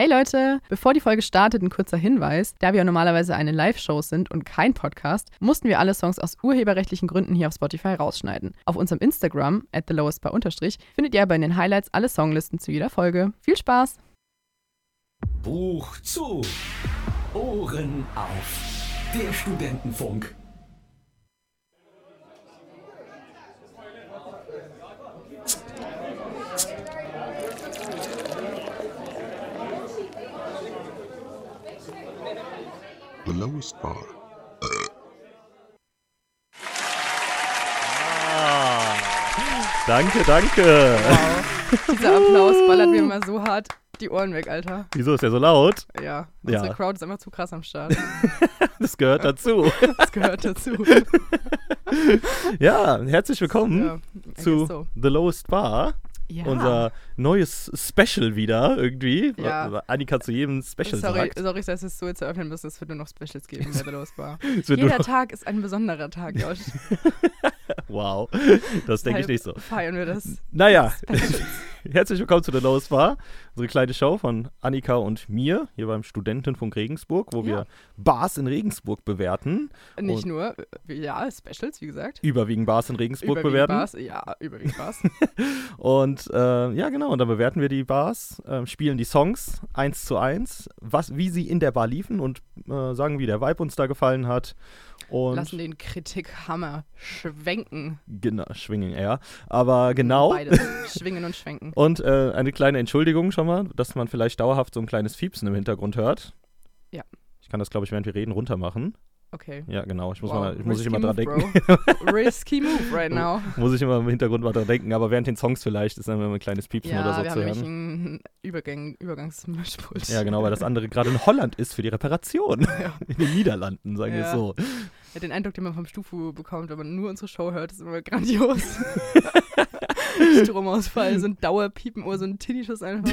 Hey Leute, bevor die Folge startet, ein kurzer Hinweis. Da wir normalerweise eine Live-Show sind und kein Podcast, mussten wir alle Songs aus urheberrechtlichen Gründen hier auf Spotify rausschneiden. Auf unserem Instagram, at findet ihr aber in den Highlights alle Songlisten zu jeder Folge. Viel Spaß! Buch zu, Ohren auf. Der Studentenfunk. The lowest bar. Danke, danke. Dieser Applaus ballert mir immer so hart die Ohren weg, Alter. Wieso ist der so laut? Ja, unsere Ja. Crowd ist einfach zu krass am Start. Das gehört dazu. Das gehört dazu. ja, herzlich willkommen Ja, I guess zu so. The Lowest Bar. Ja. Unser neues Special wieder irgendwie. Ja. Annika zu jedem Special Sorry, sagt. sorry, dass wir es so jetzt eröffnen müssen. Es wird nur noch Specials geben, wer da los war. Es wird nur Jeder noch- Tag ist ein besonderer Tag, Josh. Wow, das denke ich Deshalb nicht so. Feiern wir das. Naja, herzlich willkommen zu The Lowest Bar. Unsere kleine Show von Annika und mir hier beim Studentenfunk Regensburg, wo wir Bars in Regensburg bewerten. Nicht Und- nur, äh, ja, Specials, wie gesagt. Überwiegend Bars in Regensburg Überwiegend bewerten. Bars, ja, überwiegend Bars. Und äh, ja, genau, und dann bewerten wir die Bars, äh, spielen die Songs eins zu eins, was, wie sie in der Bar liefen und äh, sagen, wie der Vibe uns da gefallen hat. Und Lassen den Kritikhammer schwenken. genau, schwingen eher. Aber genau. Beides. Schwingen und schwenken. Und äh, eine kleine Entschuldigung schon mal, dass man vielleicht dauerhaft so ein kleines Fiepsen im Hintergrund hört. Ja. Ich kann das, glaube ich, während wir reden, runtermachen. Okay. Ja, genau. Ich muss, Wow, mal, ich muss ich risky immer dran denken. Oh, move, Bro. Risky move right now. Muss ich immer im Hintergrund mal dran denken. Aber während den Songs vielleicht ist dann immer ein kleines Piepsen Ja, oder so wir zu haben hören. nämlich einen Übergang, Übergangsmischpult. Ja, genau, weil das andere gerade in Holland ist für die Reparation. In den Niederlanden, sagen wir Ja. es so. Ja, den Eindruck, den man vom Stufu bekommt, wenn man nur unsere Show hört, ist immer grandios. Stromausfall, so ein Dauerpiepenuhr, so ein Tinnitus einfach.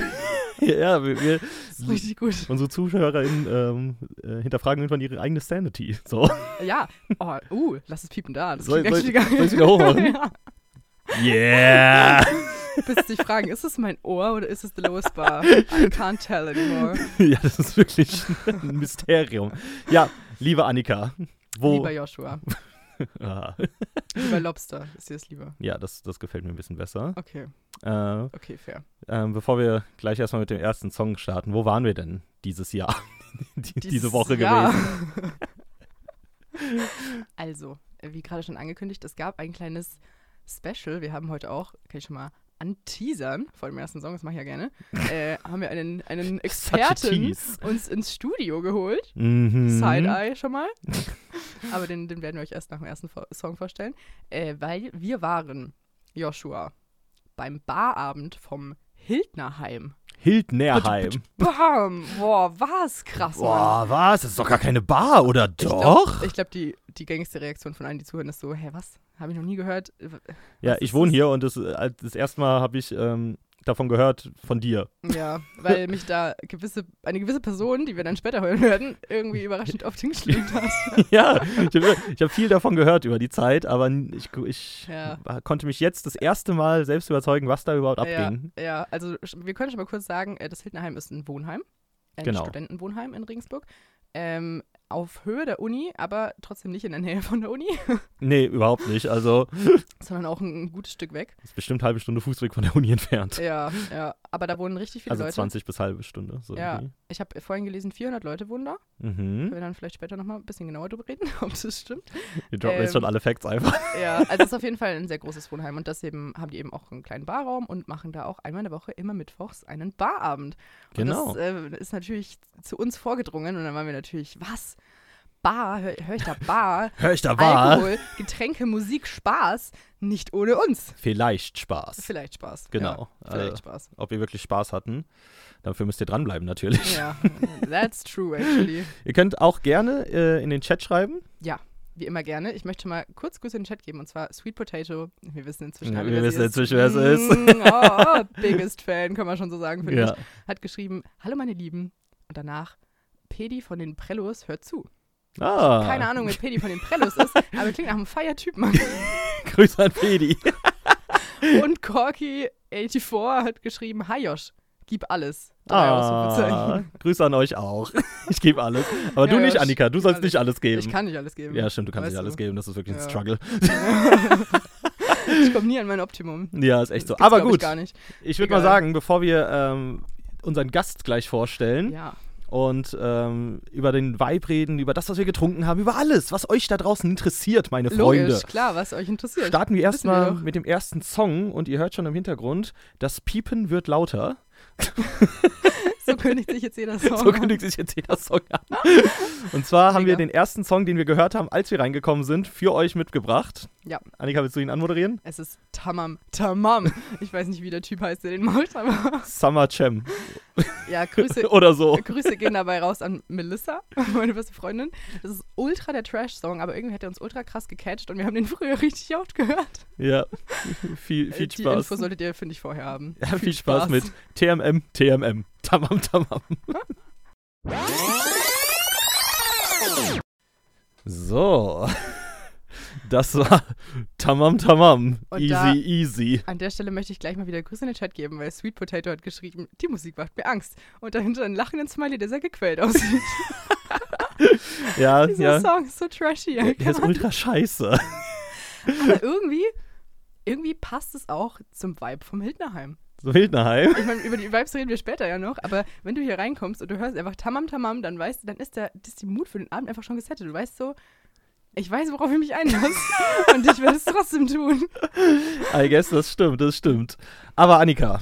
Ja, wir, wir, Das ist richtig gut. unsere ZuschauerInnen ähm, äh, hinterfragen irgendwann ihre eigene Sanity. So. Ja. Oh, uh, lass es piepen da. Das Soll- klingt echt soll- geil. soll ich's wieder hochmachen? ja. Yeah! Bis dich fragen, ist es mein Ohr oder ist es the lowest bar? I can't tell anymore. ja, das ist wirklich ein Mysterium. Ja, liebe Annika, wo. Lieber Joshua. ah, Lieber Lobster. Ist dir das lieber? ja, das, das gefällt mir ein bisschen besser. Okay, Äh, okay, fair. ähm, bevor wir gleich erstmal mit dem ersten Song starten, wo waren wir denn dieses Jahr? Die, diese Dieses Woche Jahr. gewesen. also, wie gerade schon angekündigt, es gab ein kleines Special. Wir haben heute auch, kann ich schon mal anteasern, vor dem ersten Song, das mache ich ja gerne, äh, haben wir einen, einen Such a Experten tease. uns ins Studio geholt. Mhm. Side-Eye schon mal. Aber den, den werden wir euch erst nach dem ersten Vo- Song vorstellen. Äh, weil wir waren, Joshua, beim Barabend vom Hildnerheim. Hildnerheim. Bam! Boah, was krass, Mann. Boah, was? Das ist doch gar keine Bar, oder doch? Ich glaube, die, die gängigste Reaktion von allen, die zuhören, ist so, hä, was? Habe ich noch nie gehört. ja, was ich ist wohne das? hier und das, äh, das erste Mal habe ich ähm, davon gehört, von dir. Ja, weil mich da gewisse, eine gewisse Person, die wir dann später hören werden, irgendwie überraschend oft hingeschlägt hat. ja, ich habe ich hab viel davon gehört über die Zeit, aber n- ich, ich Ja. war- konnte mich jetzt das erste Mal selbst überzeugen, was da überhaupt abging. Ja, ja, also sch- wir können schon mal kurz sagen, äh, das Hildnerheim ist ein Wohnheim, ein Genau. Studentenwohnheim in Regensburg. Ähm, auf Höhe der Uni, aber trotzdem nicht in der Nähe von der Uni, Nee, überhaupt nicht. Also, sondern auch ein, ein gutes Stück weg. ist bestimmt eine halbe Stunde Fußweg von der Uni entfernt. Ja, ja. Aber da wohnen richtig viele Also Leute. 20 bis halbe Stunde. So Ja, irgendwie. ich habe vorhin gelesen, 400 Leute wohnen da. Können Mhm. wir dann vielleicht später nochmal ein bisschen genauer drüber reden, ob das stimmt. Wir droppen jetzt Ähm, schon alle Facts einfach. Ja, also es ist auf jeden Fall ein sehr großes Wohnheim und deswegen haben die eben auch einen kleinen Barraum und machen da auch einmal in der Woche immer mittwochs einen Barabend. Genau. Und das äh, ist natürlich zu uns vorgedrungen und dann waren wir natürlich, was? Bar, höre hör ich da Bar? Hör ich da war? Alkohol, Getränke, Musik, Spaß, nicht ohne uns. Vielleicht Spaß. Vielleicht Spaß. Genau. Ja, vielleicht Äh, Spaß. Ob wir wirklich Spaß hatten. Dafür müsst ihr dranbleiben, natürlich. Ja, that's true actually. Ihr könnt auch gerne äh, in den Chat schreiben. Ja, wie immer gerne. Ich möchte schon mal kurz Grüße in den Chat geben und zwar Sweet Potato. Wir wissen inzwischen Ja, alle, wir wer sie wissen inzwischen, wer es ist. Mm, Oh, biggest Fan, kann man schon so sagen, finde ich. Hat geschrieben, hallo meine Lieben. Und danach, Pedi von den Prellos hört zu. Ah, Keine Ahnung, wer Pedi von den Prellos ist, aber klingt nach einem Feiertypen. Grüße an Pedi. Und Corky84 hat geschrieben, hi Josh, gib alles. Drei Ah, Ausrufezeichen. Grüße an euch auch. Ich gebe alles. Aber Ja, du ja, nicht, ich- Annika. Du sollst nicht alles geben. Ich kann nicht alles geben. ja, stimmt, du kannst Weißt nicht alles du. geben. Das ist wirklich Ja. ein Struggle. Ich komme nie an mein Optimum. Ja, ist echt so. Das gibt's, Aber glaub Ich gut, gar nicht. ich würde mal Egal. sagen, bevor wir ähm, unseren Gast gleich vorstellen Ja. und ähm, über den Vibe reden, über das, was wir getrunken haben, über alles, was euch da draußen interessiert, meine Freunde. Logisch, klar, was euch interessiert. Starten wir Wissen wir erstmal doch. mit dem ersten Song und ihr hört schon im Hintergrund, das Piepen wird lauter. So kündigt sich jetzt jeder Song. So an. kündigt sich jetzt jeder Song an. Und zwar haben wir Mega. den ersten Song, den wir gehört haben, als wir reingekommen sind, für euch mitgebracht. Ja. Annika, willst du ihn anmoderieren? Es ist Tamam. Tamam. Ich weiß nicht, wie der Typ heißt, der den macht, aber Summer Cem ja, Grüße, oder so. Grüße gehen dabei raus an Melissa, meine beste Freundin. Das ist ultra der Trash-Song, aber irgendwie hat er uns ultra krass gecatcht und wir haben den früher richtig oft gehört. Ja, viel, viel Äh, Die Info Spaß. solltet ihr, finde ich, vorher haben. Ja, viel Spaß mit TMM, TMM. Tamam, tamam. So. Das war Tamam, tamam. Und da- easy, easy. An der Stelle möchte ich gleich mal wieder Grüße in den Chat geben, weil Sweet Potato hat geschrieben, die Musik macht mir Angst. Und dahinter ein lachenden Smiley, der sehr gequält aussieht. Ja, Dieser ja. Song ist so trashy. Der Alter. der ist ultra scheiße. Aber irgendwie, irgendwie passt es auch zum Vibe vom Hildnerheim. So Wildnerheim. Ich meine, über die Vibes reden wir später ja noch, aber wenn du hier reinkommst und du hörst einfach Tamam Tamam, dann weißt du, dann ist der, ist die Mut für den Abend einfach schon gesettet. Du weißt so, ich weiß, worauf ich mich einlasse und ich werde es trotzdem tun. I guess, das stimmt, das stimmt. Aber Annika,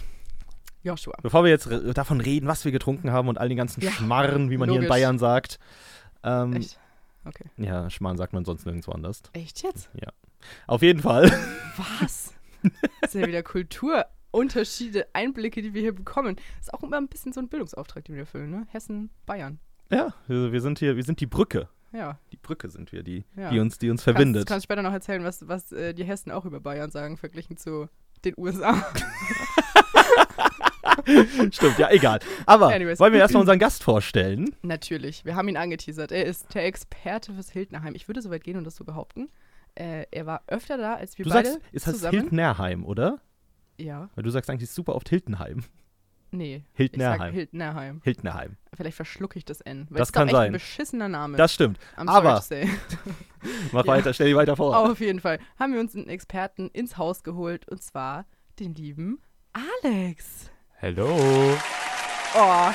Joshua. bevor wir jetzt re- davon reden, was wir getrunken haben und all den ganzen Ja, Schmarren, wie man hier in logisch. Bayern sagt. Ähm, Echt? Okay. ja, Schmarren sagt man sonst nirgendwo anders. Echt jetzt? Auf jeden Fall. Was? Das sind ja wieder Kulturunterschiede, Einblicke, die wir hier bekommen. Das ist auch immer ein bisschen so ein Bildungsauftrag, den wir erfüllen, ne? Hessen, Bayern. Ja, wir wir sind hier, wir sind die Brücke. Ja. Die Brücke sind wir, die, Ja. die, uns, die uns Kannst, verbindet. kannst später noch erzählen, was, was äh, die Hessen auch über Bayern sagen, verglichen zu den USA. Stimmt, ja, egal. Aber Anyways. wollen wir erstmal unseren Gast vorstellen? Natürlich, wir haben ihn angeteasert. Er ist der Experte fürs Hildnerheim. Ich würde so weit gehen und das so behaupten. Äh, er war öfter da, als wir Du beide sagst, es heißt zusammen. Hildnerheim, oder? ja, Weil du sagst eigentlich super oft Hiltenheim. nee. Ich sag Hildnerheim. Hildnerheim. Hildnerheim. Vielleicht verschlucke ich das N. Weil Das es doch kann echt sein. ein beschissener Name. Das stimmt. I'm aber- sorry to say. Mach Ja. weiter, stell dich weiter vor. Auf jeden Fall haben wir uns einen Experten ins Haus geholt und zwar den lieben Alex. Hello. Oh,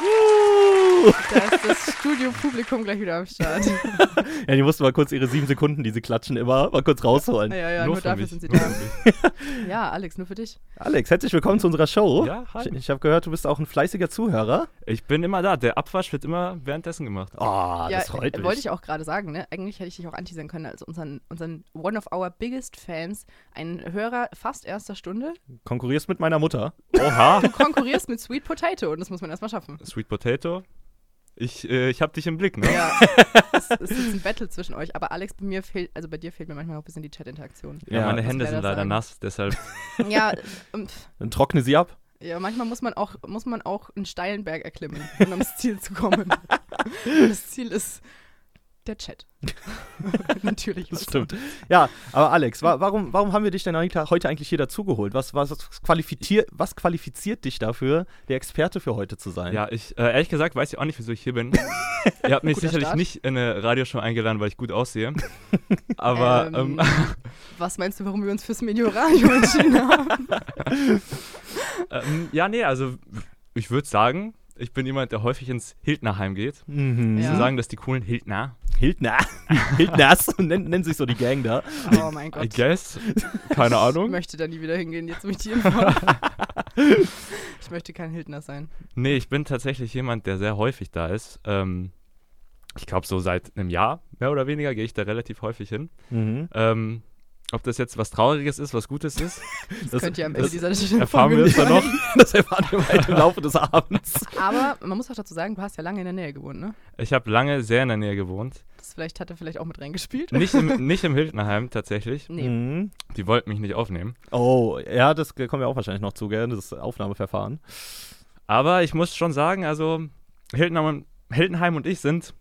Woo! da ist das Studiopublikum gleich wieder am Start. Ja, die mussten mal kurz ihre sieben Sekunden, die sie klatschen, immer mal kurz rausholen. Ja, ja, ja, nur, für dafür mich, sind sie nur da. für Ja, Alex, nur für dich. Alex, herzlich willkommen zu unserer Show. mich. Ja, Ich, hi. ich habe gehört, du bist auch ein fleißiger Zuhörer. Ich bin immer da. Der Abwasch wird immer währenddessen gemacht. Ah, ja, das freut äh, mich. wollte ich auch gerade sagen, ne? Eigentlich hätte ich dich auch anteasern können, also unseren, unseren one of our biggest Fans, ein Hörer fast erster Stunde. Konkurrierst mit meiner Mutter. Oha. Du konkurrierst mit Sweet Potato und das muss man erstmal schaffen. Sweet Potato. Ich, äh, ich hab dich im Blick, ne? Ja, es, es ist ein Battle zwischen euch, aber Alex, bei mir fehlt, also bei dir fehlt mir manchmal auch ein bisschen die Chat-Interaktion. Ja, Ja, meine was Hände wär sind das leider sagen? nass, deshalb. Ja, ähm, pf, Dann trockne sie ab. ja, manchmal muss man auch, muss man auch einen steilen Berg erklimmen, um ans Ziel zu kommen. Das Ziel ist der Chat. Natürlich. Das stimmt. Ja, aber Alex, wa warum, warum haben wir dich denn Anita, heute eigentlich hier dazugeholt? Was, was, was, qualifizier was qualifiziert dich dafür, der Experte für heute zu sein? Ja, ich, äh, ehrlich gesagt, weiß ich auch nicht, wieso ich hier bin. Ihr habt mich Guter sicherlich Start. nicht in eine Radioshow eingeladen, weil ich gut aussehe. Aber Ähm, ähm, Was meinst du, warum wir uns fürs Melioradio entschieden haben? ähm, ja, nee, also ich würde sagen, ich bin jemand, der häufig ins Hildnerheim geht. Mhm. Sie Ja. sagen, dass die coolen Hildner, Hildner. Hildners, nennen, nennen sich so die Gang da. Oh mein I Gott. guess, keine Ich Ahnung. möchte da nie wieder hingehen, jetzt mit dir. ich möchte kein Hildner sein. Nee, ich bin tatsächlich jemand, der sehr häufig da ist. Ähm, ich glaube, so seit einem Jahr, mehr oder weniger, gehe ich da relativ häufig hin. Mhm. Ähm, ob das jetzt was Trauriges ist, was Gutes ist, Das, Könnt ihr am Ende das dieser Stelle erfahren wir es dann noch. das erfahren wir heute im Laufe des Abends. Aber man muss auch dazu sagen, du hast ja lange in der Nähe gewohnt, ne? Ich habe lange sehr in der Nähe gewohnt. Das vielleicht hat er vielleicht auch mit reingespielt. Nicht im, nicht im Hildnerheim tatsächlich. Nee. Mhm. Die wollten mich nicht aufnehmen. Oh, ja, das kommen wir auch wahrscheinlich noch zu, gell? Das Aufnahmeverfahren. Aber ich muss schon sagen, also Hildenheim, Hildenheim und ich sind,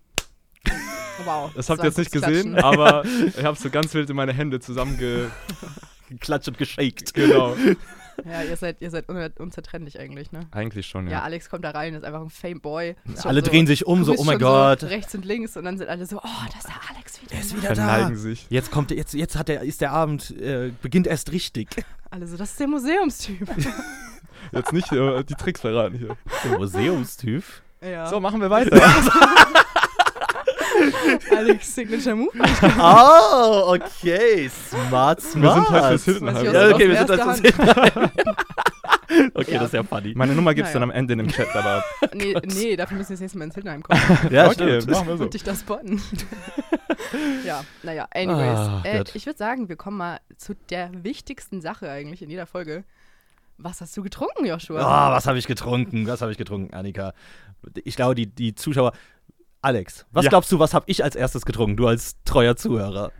Wow. das habt war ihr jetzt ein nicht gutes gesehen, Klatschen. aber ich habe so ganz wild in meine Hände zusammenge... Geklatscht und geschakt. Genau. Ja, ihr seid, ihr seid un- unzertrennlich eigentlich, ne? Eigentlich schon, Ja. ja. Alex kommt da rein, ist einfach ein Fame-Boy. Ist schon Alle drehen sich um, so, grüßt oh mein Also, schon Gott. So rechts und links und dann sind alle so, oh, da ist der Alex wieder. er ist ne? wieder da. Verneigen sich. Jetzt kommt, jetzt, jetzt hat der, ist der Abend, äh, beginnt erst richtig. Alle so, das ist der Museumstyp. Jetzt nicht äh, die Tricks verraten hier. Der Museumstyp. ja. So, machen wir weiter. Alex Signature Move. Oh, okay. Smart, smart. wir sind halt fürs Hilton. Was ich Ja, okay, wir Aus sind halt erster fürs Hilton. Okay, das ist ja funny. Meine Nummer gibt's Naja. dann am Ende im Chat, aber nee, nee, dafür müssen wir das nächste Mal ins Hildenheim kommen ja, okay, stimmt. machen wir so. und dich da spotten. ja, naja, anyways. Ah, äh, Gott. ich würde sagen, wir kommen mal zu der wichtigsten Sache eigentlich in jeder Folge. Was hast du getrunken, Joshua? Ah, was habe ich getrunken? Was habe ich getrunken, Annika? Ich glaube, die, die Zuschauer. Alex, was Ja. glaubst du, was habe ich als erstes getrunken? Du als treuer Zuhörer.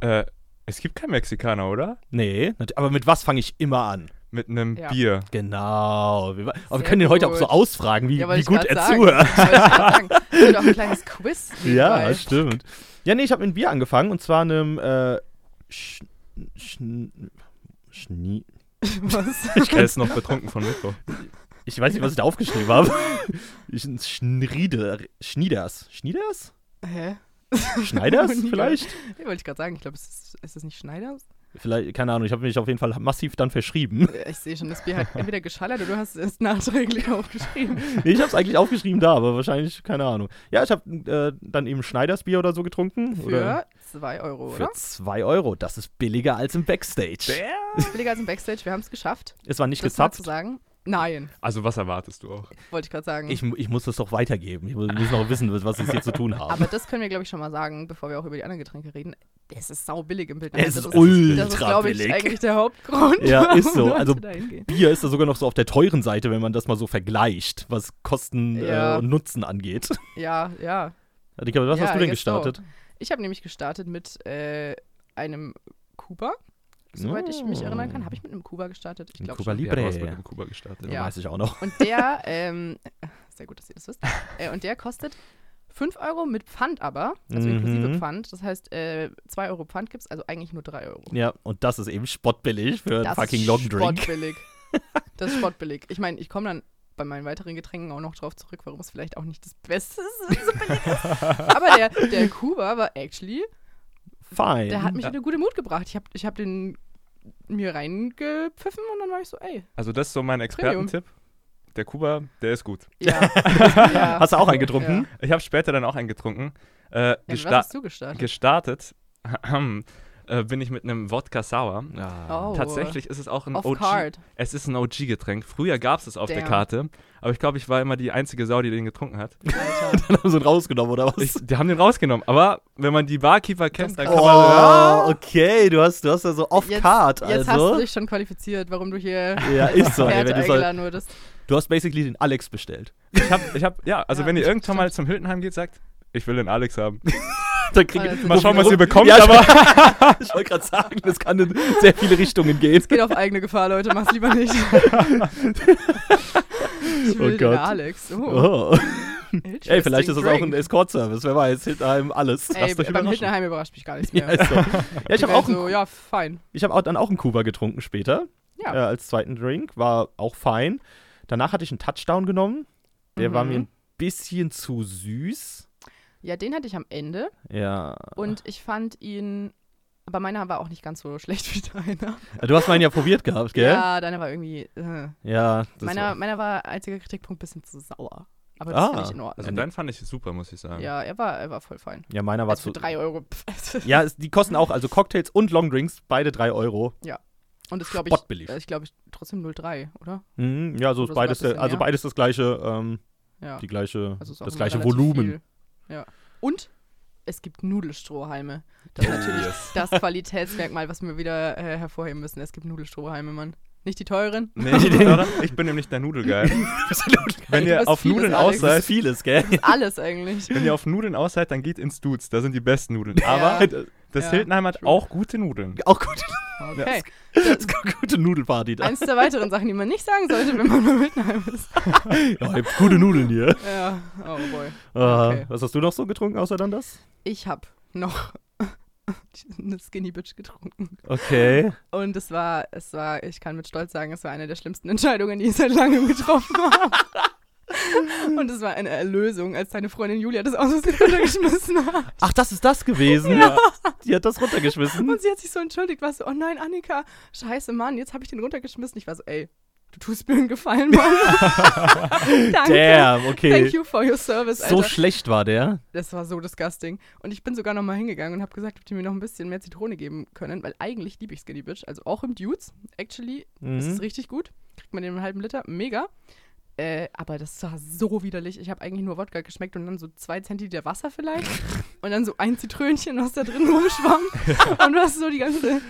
Äh, es gibt keinen Mexikaner, oder? Nee, nat- aber mit was fange ich immer an? Mit einem Ja. Bier. Genau. Wir, aber wir Sehr können den heute auch gut. so ausfragen, wie, Ja, wollte wie ich gut grad er sagen. zuhört. Wollte ich grad sagen. Es wird auch ein kleines Quiz. Ja, nebenbei. stimmt. Ja, nee, ich habe mit Bier angefangen und zwar einem äh, Sch Schn Schnie Was? Ich er ist noch betrunken von Mikro. Ich weiß nicht, was ich da aufgeschrieben habe. Ich, Schnieder, Schnieders. Schnieders? Hä? Schneiders Nieder- vielleicht? Ja, wollte ich gerade sagen. Ich glaube, es ist, ist das nicht Schneider? Vielleicht, keine Ahnung, ich habe mich auf jeden Fall massiv dann verschrieben. Äh, Ich sehe schon, das Bier hat entweder geschallert oder du hast es nachträglich aufgeschrieben. Nee, ich habe es eigentlich aufgeschrieben da, aber wahrscheinlich, keine Ahnung. Ja, ich habe äh, dann eben Schneiders Bier oder so getrunken. oder Für 2 Euro, für oder? 2 Euro. Das ist billiger als im Backstage. Billiger als im Backstage. Wir haben es geschafft. Es war nicht Das mal zu gezapft. sagen. Nein, Also, was erwartest du auch? wollte ich gerade sagen. Ich, mu- ich muss das doch weitergeben. Ich mu- muss noch wissen, was es hier zu tun haben. aber das können wir, glaube ich, schon mal sagen, bevor wir auch über die anderen Getränke reden. Es ist saubillig im Bild. Es ist das Das ist, ultra glaube ich, billig. eigentlich der Hauptgrund. Ja, ist warum so. Leute Also- da hingehen. Bier ist da sogar noch so auf der teuren Seite, wenn man das mal so vergleicht, was Kosten Ja. äh, und Nutzen angeht. Ja, ja. Digga, was Ja, hast du denn I guess so. gestartet? Ich habe nämlich gestartet mit äh, einem Kuba. Soweit ich mich Oh. erinnern kann, habe ich mit einem Kuba gestartet. Ich Ein glaube Cuba schon. Libre. du hast mit dem Kuba gestartet. Ja. Weiß ich auch noch. Und der, ähm, sehr gut, dass ihr das wisst. Äh, und der kostet 5 Euro mit Pfand aber, also Mhm. inklusive Pfand. Das heißt, äh, 2 Euro Pfand gibt es, also eigentlich nur 3 Euro. Ja, und das ist eben spottbillig für einen das Äh, fucking ist Long Drink. Spottbillig. Das ist spottbillig. Ich meine, ich komme dann bei meinen weiteren Getränken auch noch drauf zurück, warum es vielleicht auch nicht das Beste ist, wenn es so billig ist. Aber der, der Kuba war actually, Fein. der hat mich Ja. in eine gute Mut gebracht. Ich habe ich hab den mir reingepfiffen und dann war ich so, ey, Also, das ist so mein Expertentipp. Der Kuba, der ist gut. ja. ja. Hast du auch einen getrunken? Ich habe später dann auch einen getrunken. Ja, Äh, mit was gesta hast du gestartet? gestartet äh, bin ich mit einem Wodka Sour. Ah. Oh. Tatsächlich ist es auch ein Off OG. Card. Es ist ein OG-Getränk. Früher gab es es auf der Damn. Karte, aber ich glaube, ich war immer die einzige Sau, die den getrunken hat. Alter. Dann haben sie ihn rausgenommen, oder was? Ich, die haben den rausgenommen. Aber wenn man die Barkeeper kennt, dann kann man. oh, okay, du hast, du hast ja so Jetzt- off-card. Jetzt Also. hast du dich schon qualifiziert, warum du hier ja, ist so. ey, Experte wenn du, so eingeladen wurdest. du hast basically den Alex bestellt. Ich hab, ich hab, ja, also Ja, wenn ihr irgendwann mal stimmt. zum Hildenheim geht, sagt, ich will den Alex haben. Also Dann krieg Alter. Mal schauen, was ihr bekommt, Ja, aber ich wollte gerade sagen, das kann in sehr viele Richtungen gehen. Geht auf eigene Gefahr, Leute, mach's lieber nicht. ich will Oh Den Gott. Alex. Oh, Oh. Ey, interesting vielleicht ist das auch ein drink. Escort-Service, wer weiß, hinter einem alles. Ey, Lasst euch beim überraschen. Hittenheim überrascht mich gar nichts Ja, mehr. ist so. ja ich Die habe wären auch, einen- so, ja, fein. ich hab auch dann auch einen Kuba getrunken später. Ja. Äh, als zweiten Drink. War auch fein. Danach hatte ich einen Touchdown genommen. Der war Mhm. mir ein bisschen zu süß. Ja, den hatte ich am Ende Ja. und ich fand ihn, aber meiner war auch nicht ganz so schlecht wie deiner. Du hast meinen ja probiert gehabt, gell? Ja, deiner war irgendwie, äh. Ja, das meiner, war, meiner war einziger Kritikpunkt ein bisschen zu sauer. Aber das Ah. finde ich in Ordnung. Also deinen fand ich super, muss ich sagen. ja, er war, er war voll fein. ja, meiner war Also zu. für 3 Euro. pff. Ja, es, die kosten auch, also Cocktails und Longdrinks, beide 3 Euro. Und das glaube Spottbillig. ich, ich glaube ich trotzdem 03, oder? Mhm, ja, so Oder ist beides, sogar ein bisschen der, also mehr. beides das gleiche, ähm, Ja. die gleiche, Also ist auch das immer gleiche relativ Volumen. viel. Ja. Und es gibt Nudelstrohhalme. Das ist natürlich das Qualitätsmerkmal, was wir wieder äh, hervorheben müssen. Es gibt Nudelstrohhalme, Mann. Nicht die teuren. Nee, oder? ich bin nämlich der Nudelgeil. wenn Du ihr bist auf vieles, Nudeln Alex. aus Das ist seid, vieles, gell? Alles eigentlich. Genau. wenn ihr auf Nudeln aus seid, dann geht ins Dudes, da sind die besten Nudeln. Aber das Ja. Hildenheim hat auch gute Nudeln. Auch gut, Okay. das ist eine gute Nudelparty da. Eins der weiteren Sachen, die man nicht sagen sollte, wenn man beim Mittenheim ist. Ja, ihr habt gute Nudeln hier. Ja. Oh boy. Ah, Okay. Was hast du noch so getrunken, außer dann das? Ich hab noch eine Skinny Bitch getrunken. Okay. Und es war, es war, ich kann mit Stolz sagen, es war eine der schlimmsten Entscheidungen, die ich seit langem getroffen habe. Und es war eine Erlösung, als deine Freundin Julia das aus Versehen runtergeschmissen hat. Ach, das ist das gewesen. Die hat das runtergeschmissen. Und sie hat sich so entschuldigt, war so, oh nein, Annika, scheiße, Mann, jetzt habe ich den runtergeschmissen. Ich war so, ey, du tust mir einen Gefallen, Mann. Danke. Damn, okay. Thank you for your service, So Alter. schlecht war der. Das war so disgusting. Und ich bin sogar nochmal hingegangen und habe gesagt, ob die mir noch ein bisschen mehr Zitrone geben können, weil eigentlich liebe ich Skinny Bitch. Also auch im Dudes. Actually Mhm. ist es richtig gut. Kriegt man den einen halben Liter. Mega. Äh, aber das war so widerlich. Ich habe eigentlich nur Wodka geschmeckt und dann so zwei Zentiliter Wasser vielleicht. und dann so ein Zitrönchen, was da drin rumschwamm. und du hast so die ganze.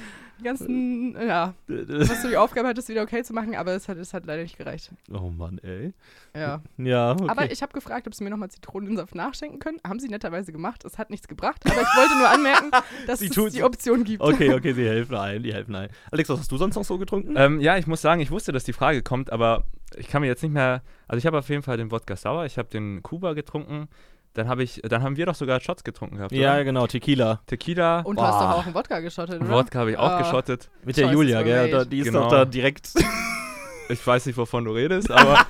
Die ganzen, ja, Mhm. was du die Aufgabe hattest, wieder okay zu machen, aber es hat, es hat leider nicht gereicht. Oh Mann, ey. Ja. Ja, okay. Aber ich habe gefragt, ob sie mir nochmal Zitronensaft nachschenken können. Haben sie netterweise gemacht. Es hat nichts gebracht. Aber ich wollte nur anmerken, dass Sie es tun- die Option gibt. okay, okay, sie helfen ein, die helfen ein. Alex, was hast du sonst noch so getrunken? Ähm, ja, ich muss sagen, ich wusste, dass die Frage kommt, aber ich kann mir jetzt nicht mehr. Also ich habe auf jeden Fall den Wodka Sauer, ich habe den Kuba getrunken, dann habe ich, dann haben wir doch sogar Shots getrunken gehabt. ja, oder? genau, Tequila. Tequila, Und du hast doch Boah. auch einen Wodka geschottet, oder? Wodka habe ich auch Ah. geschottet. Mit der Choices Julia, were gell? made. Da, die ist Genau. doch da direkt. Ich weiß nicht, wovon du redest, aber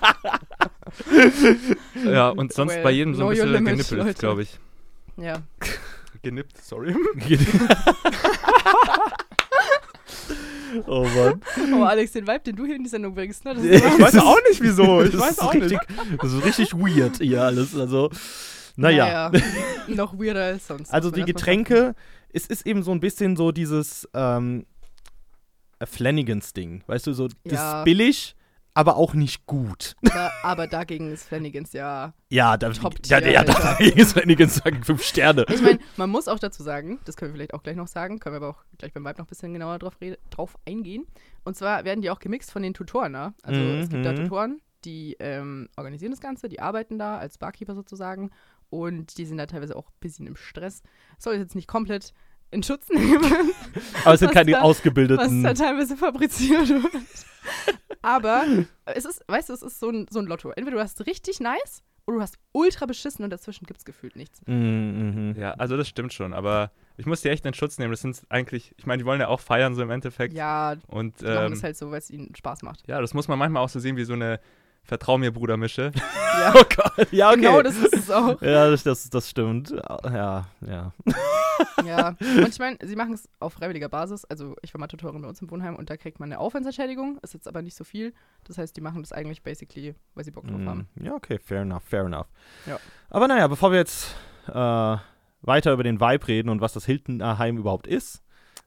ja. Und sonst Well, bei jedem so ein know your bisschen limit, genippelt, Leute. glaube ich. Ja. Genippt, sorry. oh Mann. Oh, Alex, den Vibe, den du hier in die Sendung bringst, ne? Das Ich ist weiß auch nicht wieso. Ich weiß auch nicht. richtig, Das ist richtig weird hier alles. Also, naja. naja, noch weirder als sonst. Also muss die man das mal Getränke, es ist eben so ein bisschen so dieses ähm, Flanagans-Ding. Weißt du, so das Ja. ist billig, aber auch nicht gut. sagen. Aber, aber dagegen ist Flanagans ja. Ja, da, ja, Top-Tier, ja, da Alter. ist Flanagans sagen fünf Sterne. Ich meine, man muss auch dazu sagen, das können wir vielleicht auch gleich noch sagen, können wir aber auch gleich beim Vibe noch ein bisschen genauer drauf, rede, drauf eingehen. Und zwar werden die auch gemixt von den Tutoren. Ne? Also es gibt da Mhm. Tutoren, die ähm, organisieren das Ganze, die arbeiten da als Barkeeper sozusagen und die sind da teilweise auch ein bisschen im Stress. Soll ich jetzt nicht komplett in Schutz nehmen, Aber es sind Was keine da- was ausgebildeten. da teilweise fabriziert wird. Aber es ist, weißt du, es ist so ein, so ein Lotto. Entweder du hast richtig nice oder du hast ultra beschissen und dazwischen gibt es gefühlt nichts. Mhm, mhm. Ja, also das stimmt schon, aber ich muss die echt in Schutz nehmen. Das sind eigentlich, ich meine, die wollen ja auch feiern so im Endeffekt. Ja, Und Die machen ähm, das halt so, weil es ihnen Spaß macht. ja, das muss man manchmal auch so sehen wie so eine Vertrau mir Bruder-Mische. Ja. Oh Gott, ja, okay. Genau, das ist es auch. ja, das, das, das stimmt. Ja, ja. ja. Und ich meine, sie machen es auf freiwilliger Basis. Also ich war mal Tutorin bei uns im Wohnheim und da kriegt man eine Aufwandsentschädigung, ist jetzt aber nicht so viel. Das heißt, die machen das eigentlich basically, weil sie Bock drauf Mhm. haben. Ja, okay, fair enough, fair enough. Ja. Aber naja, bevor wir jetzt äh, weiter über den Vibe reden und was das Hiltoner Heim überhaupt ist,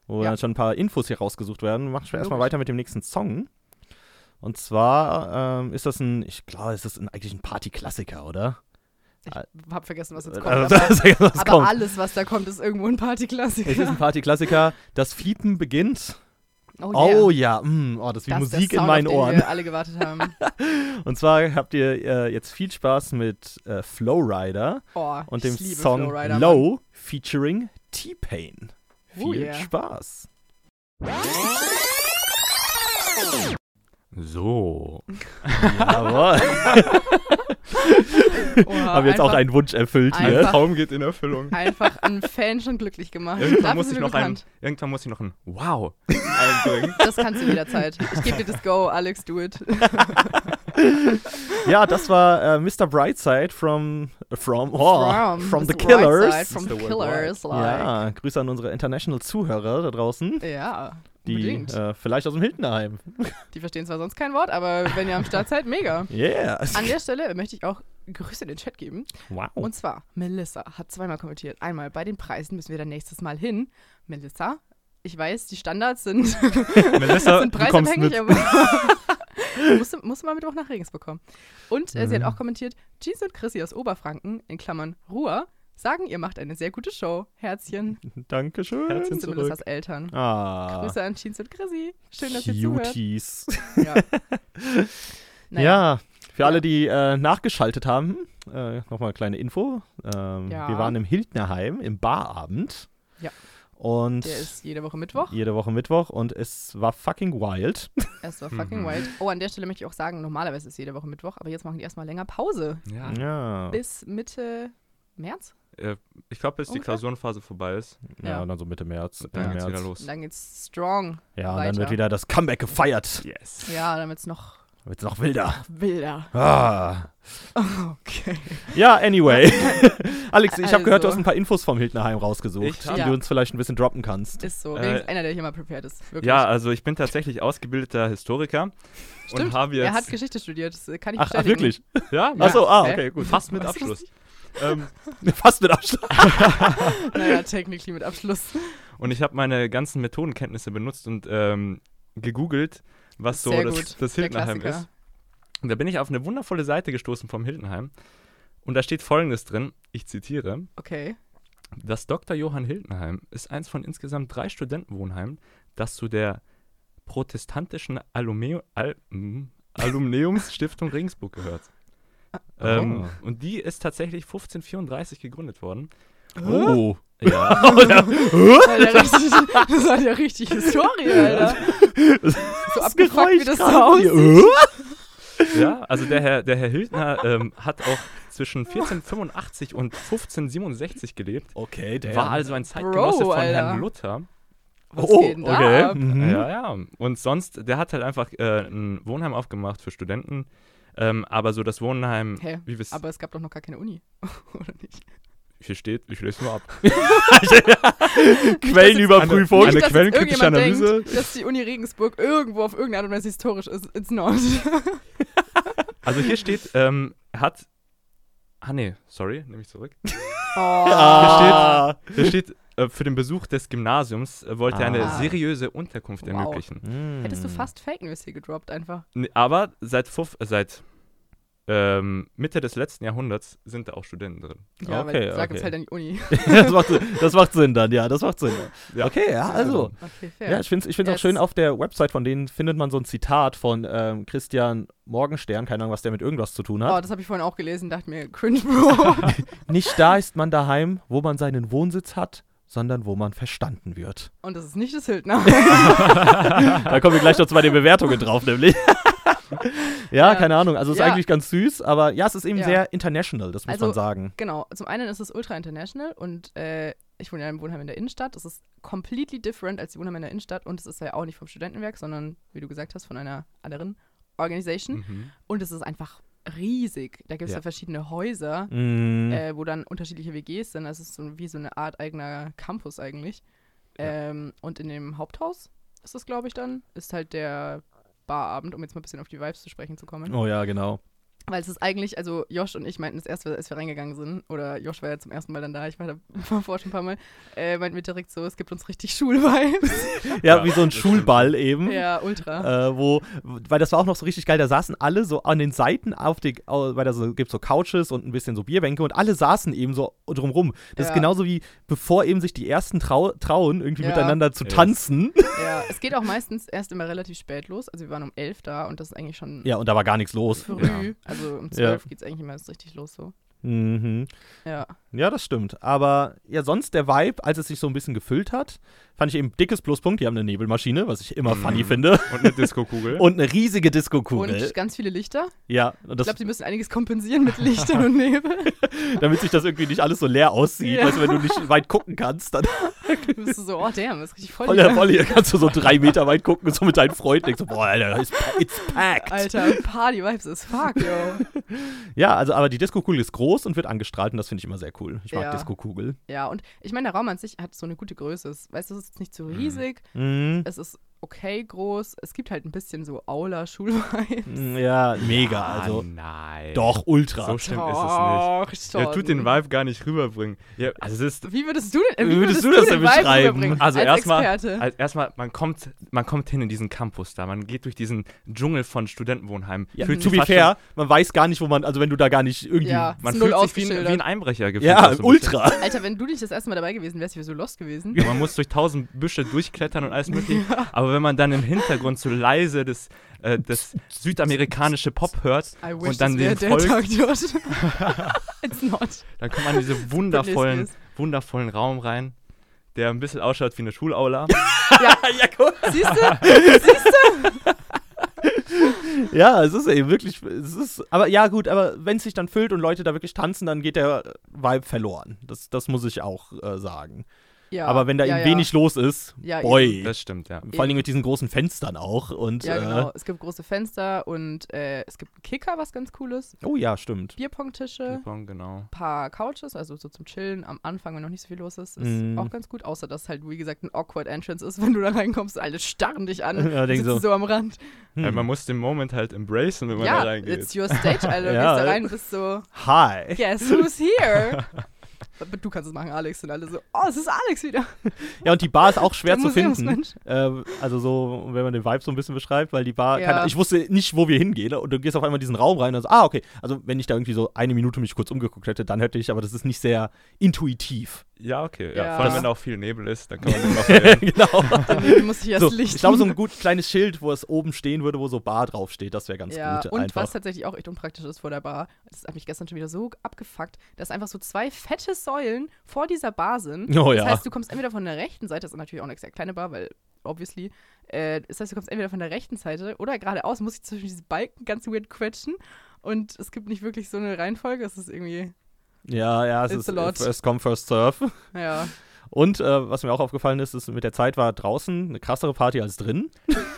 wo Ja. dann schon ein paar Infos hier rausgesucht werden, machen wir erstmal Logisch. weiter mit dem nächsten Song. Und zwar ähm, ist das ein, ich glaube, ist das ein, eigentlich ein Partyklassiker, oder? Ich Al- hab vergessen, was jetzt kommt. Äh, Aber, das- das aber kommt. alles, was da kommt, ist irgendwo ein Es ist Partyklassiker. ein Partyklassiker. Das Fiepen beginnt. Oh, yeah. Oh, ja, mm, oh, das ist wie Das ist der Musik in Sound, meinen auf den Ohren. Wir alle gewartet haben. Und zwar habt ihr äh, jetzt viel Spaß mit äh, Flowrider. Oh, und dem ich liebe Song Flowrider, Mann. Low featuring T-Pain. Viel Oh yeah. Spaß. So. Jawohl. Oh, Haben jetzt auch einfach- einen Wunsch erfüllt Der Einfach- hier. Traum geht in Erfüllung. Einfach einen Fan schon glücklich gemacht. Irgendwann Ah, Dafür muss, sind ich wir noch ein, bekannt. irgendwann muss ich noch ein Wow einbringen. Das kannst du jederzeit. Ich gebe dir das Go, Alex, do it. Ja, das war äh, Mr. Brightside from from oh, from, from, the Mr. Brightside, Killers. From the Mr. Killers, like. ja, Grüße an unsere international Zuhörer da draußen, Ja. die unbedingt. äh, vielleicht aus dem Hiltenheim. Die verstehen zwar sonst kein Wort, aber wenn ihr am Start seid, mega. Yeah. An der Stelle möchte ich auch Grüße in den Chat geben. Wow. Und zwar, Melissa hat zweimal kommentiert. Einmal, bei den Preisen müssen wir dann nächstes Mal hin. Melissa, ich weiß, die Standards sind, Melissa, sind du kommst preisabhängig, mit. aber musst, du- musst du mal Mittwoch nach Regens bekommen. Und äh, sie Mhm. hat auch kommentiert, Jeans und Chrissy aus Oberfranken, in Klammern Ruhr, sagen, ihr macht eine sehr gute Show. Herzchen. Dankeschön. Das Herzchen sind zurück. Melissas Eltern. Ah. Grüße an Jeans und Chrissy. Schön, dass ihr zuhört. Cuties. Ja. Naja, Ja, für Ja. alle, die äh, nachgeschaltet haben, äh, nochmal eine kleine Info. Ähm, Ja. Wir waren im Hildnerheim im Barabend. Ja. Und der ist jede Woche Mittwoch. jede Woche Mittwoch und es war fucking wild. Es Mhm. war fucking wild. Oh, an der Stelle möchte ich auch sagen, Oh. normalerweise ist jede Woche Mittwoch, aber jetzt machen die erstmal länger Pause. Ja. Ja. Bis Mitte März? Äh, Ich glaube, bis die Ungefähr? Klausurenphase vorbei ist, Ja, Ja. und dann so Mitte März. Ende dann geht's März. wieder los. Dann geht's strong. Ja, und dann wird Weiter. wieder das Comeback gefeiert. Yes. Ja, dann wird's noch Dann wird's noch wilder. wilder. Ah. Okay. Ja, anyway. Alex, ich habe gehört, du Also. hast ein paar Infos vom Hiltnerheim Ich rausgesucht, hab- die Ja. du uns vielleicht ein bisschen droppen kannst. Ist so. Äh, Wenigstens einer, der hier mal prepared ist. Wirklich. Ja, also ich bin tatsächlich ausgebildeter Historiker und Stimmt. habe jetzt er hat Geschichte studiert, das kann ich Ach, ach bestätigen. wirklich? ja, Ach so, ah, Hä? okay, gut. fast mit Was ist Abschluss. ähm, Fast mit Abstand. Naja, technically mit Abschluss. und ich habe meine ganzen Methodenkenntnisse benutzt und ähm, gegoogelt, was so Sehr das, gut. das Der Hildenheim Klassiker. ist. Und da bin ich auf eine wundervolle Seite gestoßen vom Hildenheim und da steht Folgendes drin, ich zitiere. Okay. Das Dr. Johann Hildenheim ist eins von insgesamt drei Studentenwohnheimen, das zu der protestantischen Alumeo- Al mm, Alumneumsstiftung Regensburg gehört. Ähm, Und die ist tatsächlich 1534 gegründet worden. Oh. Ja. Das hat ja richtig, das hat ja richtig Historie, Alter. So abgefuckt, wie das so aussieht. Äh? ja also der Herr, der Herr Hildner ähm, hat auch zwischen 1485 und 1567 gelebt, Okay, der. war also ein Zeitgenosse Bro, von Herrn Alter. Luther. Was oh, geht denn da okay. ab? Mhm. Ja, ja. Und sonst, der hat halt einfach äh, ein Wohnheim aufgemacht für Studenten. Ähm, aber so das Wohnheim, Hä? wie wir es Aber es gab doch noch gar keine Uni. Oder nicht? hier steht, ich lese nur ab. Quellenüberprüfung. Eine nicht, dass jetzt quellenkritische irgendjemand Analyse. Denkt, dass die Uni Regensburg irgendwo auf irgendeine Art und Weise historisch ist. It's not. Also hier steht, ähm, er hat. Ah, nee, sorry, nehme ich zurück. Ah. Hier steht, äh, für den Besuch des Gymnasiums äh, wollte er eine Ah. seriöse Unterkunft Wow. ermöglichen. Hättest du fast Fake News hier gedroppt einfach. Nee, aber seit, fuf, äh, seit ähm, Mitte des letzten Jahrhunderts sind da auch Studenten drin. Ja, Okay, weil sag okay. uns halt an die Uni. das, macht, das macht Sinn dann, ja, das macht Sinn. Ja. Okay, ja, also. Okay, fair. Ja, ich finde es ich find's Ja, auch es schön, ist- auf der Website von denen findet man so ein Zitat von ähm, Christian Morgenstern, keine Ahnung, was der mit irgendwas zu tun oh, hat. das habe ich vorhin auch gelesen, dachte mir, cringe, Bro. Nicht da ist man daheim, wo man seinen Wohnsitz hat, sondern wo man verstanden wird. Und das ist nicht das Hildner. Da kommen wir gleich noch zu bei den Bewertungen drauf, nämlich. ja, Ja. keine Ahnung. Also ist Ja. eigentlich ganz süß, aber ja, es ist eben Ja. sehr international, das muss Also- man sagen. Genau, zum einen ist es ultra international und äh, ich wohne ja im Wohnheim in der Innenstadt. Es ist completely different als die Wohnheim in der Innenstadt und es ist ja auch nicht vom Studentenwerk, sondern, wie du gesagt hast, von einer anderen Organisation. Mhm. Und es ist einfach riesig. Da gibt es ja. Ja. verschiedene Häuser, Mm, äh, wo dann unterschiedliche WGs sind. Das ist so wie so eine Art eigener Campus eigentlich. Ähm, und in dem Haupthaus ist das, glaube ich, dann, ist halt der Barabend, um jetzt mal ein bisschen auf die Vibes zu sprechen zu kommen. Oh ja, genau. Weil es ist eigentlich, also Josh und ich meinten das erste, als wir reingegangen sind, oder Josh war ja zum ersten Mal dann da, ich war da vorher schon ein paar Mal, äh, meinten wir direkt so, es gibt uns richtig Schulvibes. Ja, Ja, wie so ein das stimmt. Schulball eben. ja, ultra. Äh, wo, weil das war auch noch so richtig geil, da saßen alle so an den Seiten auf die, au- weil da so gibt's so Couches und ein bisschen so Bierbänke und alle saßen eben so drumrum. Das Ja. ist genauso wie, bevor eben sich die ersten trau trauen, irgendwie Ja. miteinander zu Yes. tanzen. ja, es geht auch meistens erst immer relativ spät los, also wir waren um elf da und das ist eigentlich schon Ja, und da war gar nichts los. früh. Also um zwölf geht es eigentlich immer erst richtig los so. Mhm. Ja, Ja, das stimmt. Aber ja, sonst der Vibe, als es sich so ein bisschen gefüllt hat, fand ich eben dickes Pluspunkt. Die haben eine Nebelmaschine, was ich immer funny finde. Und eine Disco-Kugel. Und eine riesige und Disco-Kugel. ganz viele Lichter. Ja, und Ich das, glaube, die müssen einiges kompensieren mit Lichtern und Nebel. damit sich das irgendwie nicht alles so leer aussieht. Ja. Weißt du, wenn du nicht weit gucken kannst, dann Du bist so, oh damn, das ist richtig voll. voll hier. der Volley, dann kannst du so drei Meter weit gucken und so mit deinen Freunden denkst du, boah, Alter, it's, it's packed. Alter, Party-Vibes ist fuck, yo. Ja, also, aber die Disco-Kugel ist groß und wird angestrahlt und das finde ich immer sehr cool. Ich mag Ja. Disco-Kugel. Ja, und ich meine, der Raum an sich hat so eine gute Größe. Es- Weißt du, es ist jetzt nicht zu riesig, Mhm. es ist okay groß. Es gibt halt ein bisschen so Aula-Schulwein. Mm, Ja, mega, also. nein. Doch, ultra. So schlimm ist es nicht. Er tut den Vibe gar nicht rüberbringen. Ja, also es ist, Wie würdest du denn, äh, Wie wie würdest würdest du das denn den Vibe beschreiben? rüberbringen also als erstmal, Experte? als erstmal, man kommt, man kommt hin in diesen Campus da, man geht durch diesen Dschungel von Studentenwohnheimen. Ja, Fühlt to sich be fast fair, man weiß gar nicht, wo man, also wenn du da gar nicht irgendwie. Ja. Ja, schon, man ist null fühlt sich wie ein, wie ausgeschildert. ein Einbrecher gefühlt. hast du ein ultra. Alter, wenn du nicht das erste Mal dabei gewesen wärst, ich wäre so lost gewesen. bisschen. Man muss durch tausend Büsche durchklettern und alles mögliche. Aber wenn man dann im Hintergrund so leise das, äh, das südamerikanische Pop hört I wish und das dann den wäre der folgt, Tag, Josh. It's not. dann kommt man in diesen wundervollen, wundervollen Raum rein, der ein bisschen ausschaut wie eine Schulaula. Ja, ja, cool. siehst du? Siehst du? Ja, es ist eben wirklich, es ist, aber ja gut, aber wenn es sich dann füllt und Leute da wirklich tanzen, dann geht der Vibe verloren. Das, das muss ich auch äh, sagen. Ja, aber wenn da ja, eben ja. wenig los ist, Ja, eben. boy. Das stimmt, ja. Vor allen Dingen mit diesen großen Fenstern auch. Und, Ja, genau. äh, Es gibt große Fenster und äh, es gibt einen Kicker, was ganz cool ist. oh ja, stimmt. Bierpongtische, Ping-Pong, Genau. paar Couches, also so zum Chillen am Anfang, wenn noch nicht so viel los ist, ist Mm. auch ganz gut. Außer, dass halt, wie gesagt, ein awkward Entrance ist, wenn du da reinkommst, alle starren dich an, Ja, denk sitzen so. so. am Rand. Hm. Ey, man muss den Moment halt embracen, wenn man da ja, reingeht. it's your stage, Alter. Ja. Du äh, gehst da rein und bist so, Hi. guess who's here? Aber du kannst es machen, Alex. Und alle so, oh, es ist Alex wieder. Ja, und die Bar ist auch schwer Der zu finden. Museumsmensch. Äh, also so, wenn man den Vibe so ein bisschen beschreibt, weil die Bar, Ja. keine Ahnung, ich wusste nicht, wo wir hingehen. ne? Und du gehst auf einmal in diesen Raum rein und so, ah, okay. Also wenn ich da irgendwie so eine Minute mich kurz umgeguckt hätte, dann hätte ich, aber das ist nicht sehr intuitiv. Ja, okay. Ja. Ja. Vor allem, Das- wenn da auch viel Nebel ist, dann kann man den noch verirren. genau. Dann muss ich erst So, lichten. ich glaube, so ein gut kleines Schild, wo es oben stehen würde, wo so Bar draufsteht, das wäre ganz ja, gut. und einfach. was tatsächlich auch echt unpraktisch ist vor der Bar, das hat mich gestern schon wieder so abgefuckt, dass einfach so zwei fette Säulen vor dieser Bar sind. Oh ja. Das heißt, du kommst entweder von der rechten Seite, das ist natürlich auch eine sehr kleine Bar, weil obviously, äh, das heißt, du kommst entweder von der rechten Seite oder geradeaus muss ich zwischen diese Balken ganz weird quetschen und es gibt nicht wirklich so eine Reihenfolge, es ist irgendwie, ja, ja, es It's ist a lot. First Come, First Serve. naja, Und äh, was mir auch aufgefallen ist, ist, mit der Zeit war draußen eine krassere Party als drin.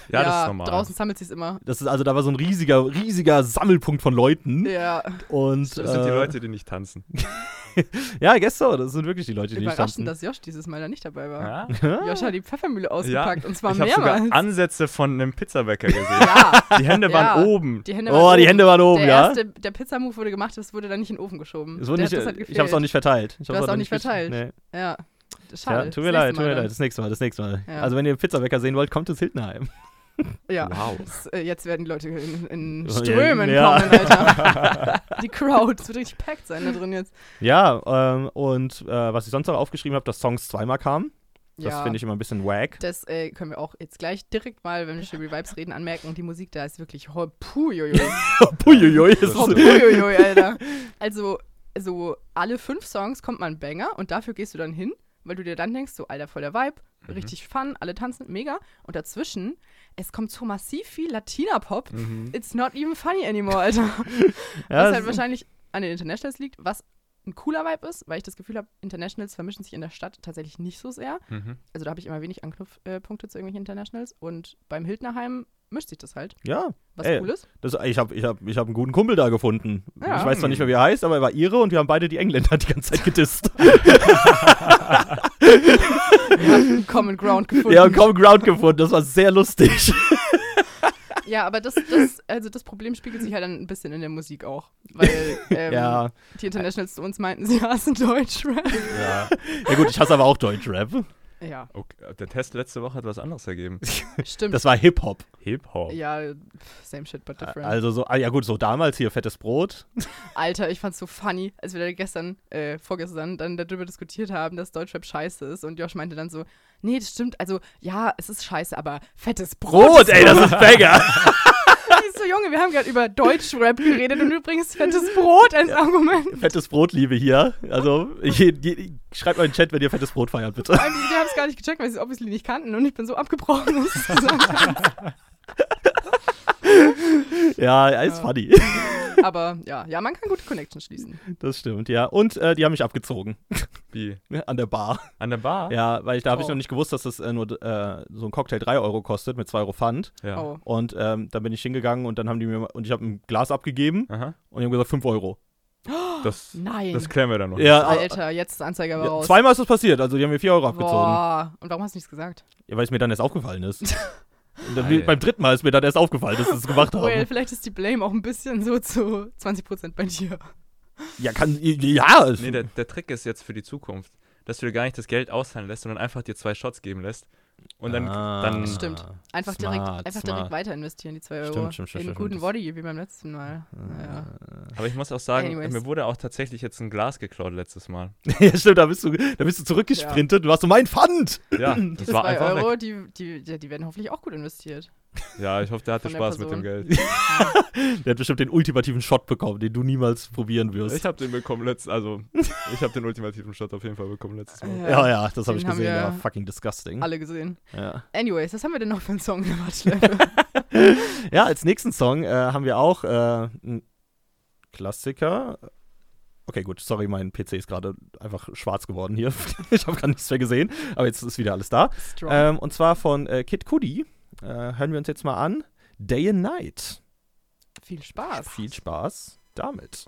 Ja, das ist normal. draußen sammelt sich immer. Das ist also, da war so ein riesiger, riesiger Sammelpunkt von Leuten. Ja, Und Das sind die äh, Leute, die nicht tanzen. Ja, guess so. Das sind wirklich die Leute, die nicht tanzen. überraschend, dass Josh dieses Mal da nicht dabei war. Ja? Josh hat die Pfeffermühle Ja, ausgepackt und zwar ich habe sogar mehrmals. Ansätze von einem Pizzabäcker gesehen. ja, Die Hände waren Ja. oben. die Hände oh, waren die oben. Hände waren oben, der ja. erste, der Pizzamove wurde gemacht, das wurde dann nicht in den Ofen geschoben. Es Der- wurde nicht, das hat ich habe es auch nicht verteilt. Ich Du hab's hast auch nicht gesch- verteilt. Nee. gefehlt. Ja, schade. Ja, Das tut nächste mir leid, tut Mal mir dann. leid. Das nächste Mal, das nächste Mal. Ja. Also, wenn ihr Pizzabäcker sehen wollt, kommt ins Hildenheim. Ja. Wow. Das, äh, jetzt werden die Leute in, in Ja, Strömen ja. kommen, Alter. die Crowd, es wird richtig packed sein da drin jetzt. Ja, ähm, und äh, was ich sonst noch aufgeschrieben habe, dass Songs zweimal kamen. Das ja. finde ich immer ein bisschen wack. Das äh, können wir auch jetzt gleich direkt mal, wenn wir schon über Vibes reden, anmerken. Die Musik da ist wirklich ho- puiuiui. Puiuiui, das Oh, ist puiuiui, Alter. Also, so alle fünf Songs kommt mal ein Banger und dafür gehst du dann hin, weil du dir dann denkst, so, Alter, voll der Vibe, Mhm. richtig fun, alle tanzen, mega. Und dazwischen, es kommt so massiv viel Latina-Pop. It's not even funny anymore, Alter. Mhm. was ja, halt das- wahrscheinlich an den Internationals liegt, was ein cooler Vibe ist, weil ich das Gefühl habe, Internationals vermischen sich in der Stadt tatsächlich nicht so sehr. Mhm. Also da habe ich immer wenig Anknüpfpunkte äh, zu irgendwelchen Internationals. Und beim Hildnerheim mischt sich das halt, ja. was Ey, cool ist. Das, ich habe ich hab, ich hab einen guten Kumpel da gefunden. Ja. Ich weiß zwar nicht mehr, wie er heißt, aber er war Ire und wir haben beide die Engländer die ganze Zeit gedisst. Common Ground gefunden. wir haben kaum Ground gefunden. Das war sehr lustig. Ja, aber das, das, also das Problem spiegelt sich halt dann ein bisschen in der Musik auch. Weil ähm, Ja. die Internationals zu uns meinten, sie hassen Deutschrap. Ja. Ja, gut, ich hasse aber auch Deutschrap. Ja, Okay. Der Test letzte Woche hat was anderes ergeben. stimmt. Das war Hip-Hop. Hip-Hop. ja, pff, same shit, but different. Also so, ah, ja gut, so damals hier fettes Brot. Alter, ich fand's so funny, als wir da gestern, äh, vorgestern dann darüber diskutiert haben, dass Deutschrap scheiße ist und Josh meinte dann so, nee, das stimmt, also ja, es ist scheiße, aber fettes Brot. Brot, ey, das ist Bagger. ist so, Junge, wir haben gerade über Deutschrap geredet und du bringst fettes Brot als Argument. fettes Brot, Liebe hier. Also je, je, schreibt mal in den Chat, wenn ihr fettes Brot feiert, bitte. Vor allem, die haben es gar nicht gecheckt, weil sie es obviously nicht kannten und ich bin so abgebrochen. dass ich's gesagt hab. Ja, ja, ist Ja. funny. aber ja, ja, man kann gute Connections schließen. Das stimmt, ja. Und äh, die haben mich abgezogen Wie? an der Bar. An der Bar? Ja, weil ich, da habe ich Oh. noch nicht gewusst, dass das äh, nur äh, so ein Cocktail 3 Euro kostet mit 2 Euro Pfand. Ja. Oh. Und ähm, dann bin ich hingegangen und dann haben die mir und ich habe ein Glas abgegeben Aha. und die haben gesagt 5 Euro. Das, Oh, Nein. das klären wir dann noch. Ja, äh, Alter, jetzt ist Anzeiger aber ja, raus. zweimal ist das passiert, also die haben mir 4 Euro abgezogen. Boah. Und warum hast du nichts gesagt? Ja, weil es mir dann erst aufgefallen ist. Und dann, Ei. beim dritten Mal ist mir dann erst aufgefallen, dass sie es gemacht haben. Well, vielleicht ist die Blame auch ein bisschen so zu 20% bei dir. Ja, kann. Ja, es- Nee, der, der Trick ist jetzt für die Zukunft, dass du dir gar nicht das Geld auszahlen lässt, sondern einfach dir zwei Shots geben lässt. Und dann, Ah. dann Stimmt. Einfach, Smart, direkt, einfach smart. direkt weiter investieren, die 2 Euro. Stimmt, stimmt, stimmt, in stimmt, guten das- Body, wie beim letzten Mal. Ja. Aber ich muss auch sagen, Anyways. mir wurde auch tatsächlich jetzt ein Glas geklaut letztes Mal. ja, stimmt, da bist du, da bist du zurückgesprintet. Du hast so mein Pfand. Ja, das Diese war 2 einfach weg. Euro, die, die, ja, die werden hoffentlich auch gut investiert. Ja, ich hoffe, der hatte Von der Spaß mit dem Geld. Der hat bestimmt den ultimativen Shot bekommen, den du niemals probieren wirst. Ich habe den bekommen letztes, also ich habe den ultimativen Shot auf jeden Fall bekommen letztes Mal. ja, ja, das habe den ich haben gesehen. wir Ja, fucking disgusting. Alle gesehen. Ja. Anyways, was haben wir denn noch für einen Song in der Warteschleife? Ja, als nächsten Song äh, haben wir auch äh, einen Klassiker. Okay, gut, sorry, mein PC ist gerade einfach schwarz geworden hier. ich habe gar nichts mehr gesehen, aber jetzt ist wieder alles da. Strong. Ähm, und zwar von äh, Kid Cudi. Äh, hören wir uns jetzt mal an. Day and Night. Viel Spaß. Viel Spaß damit.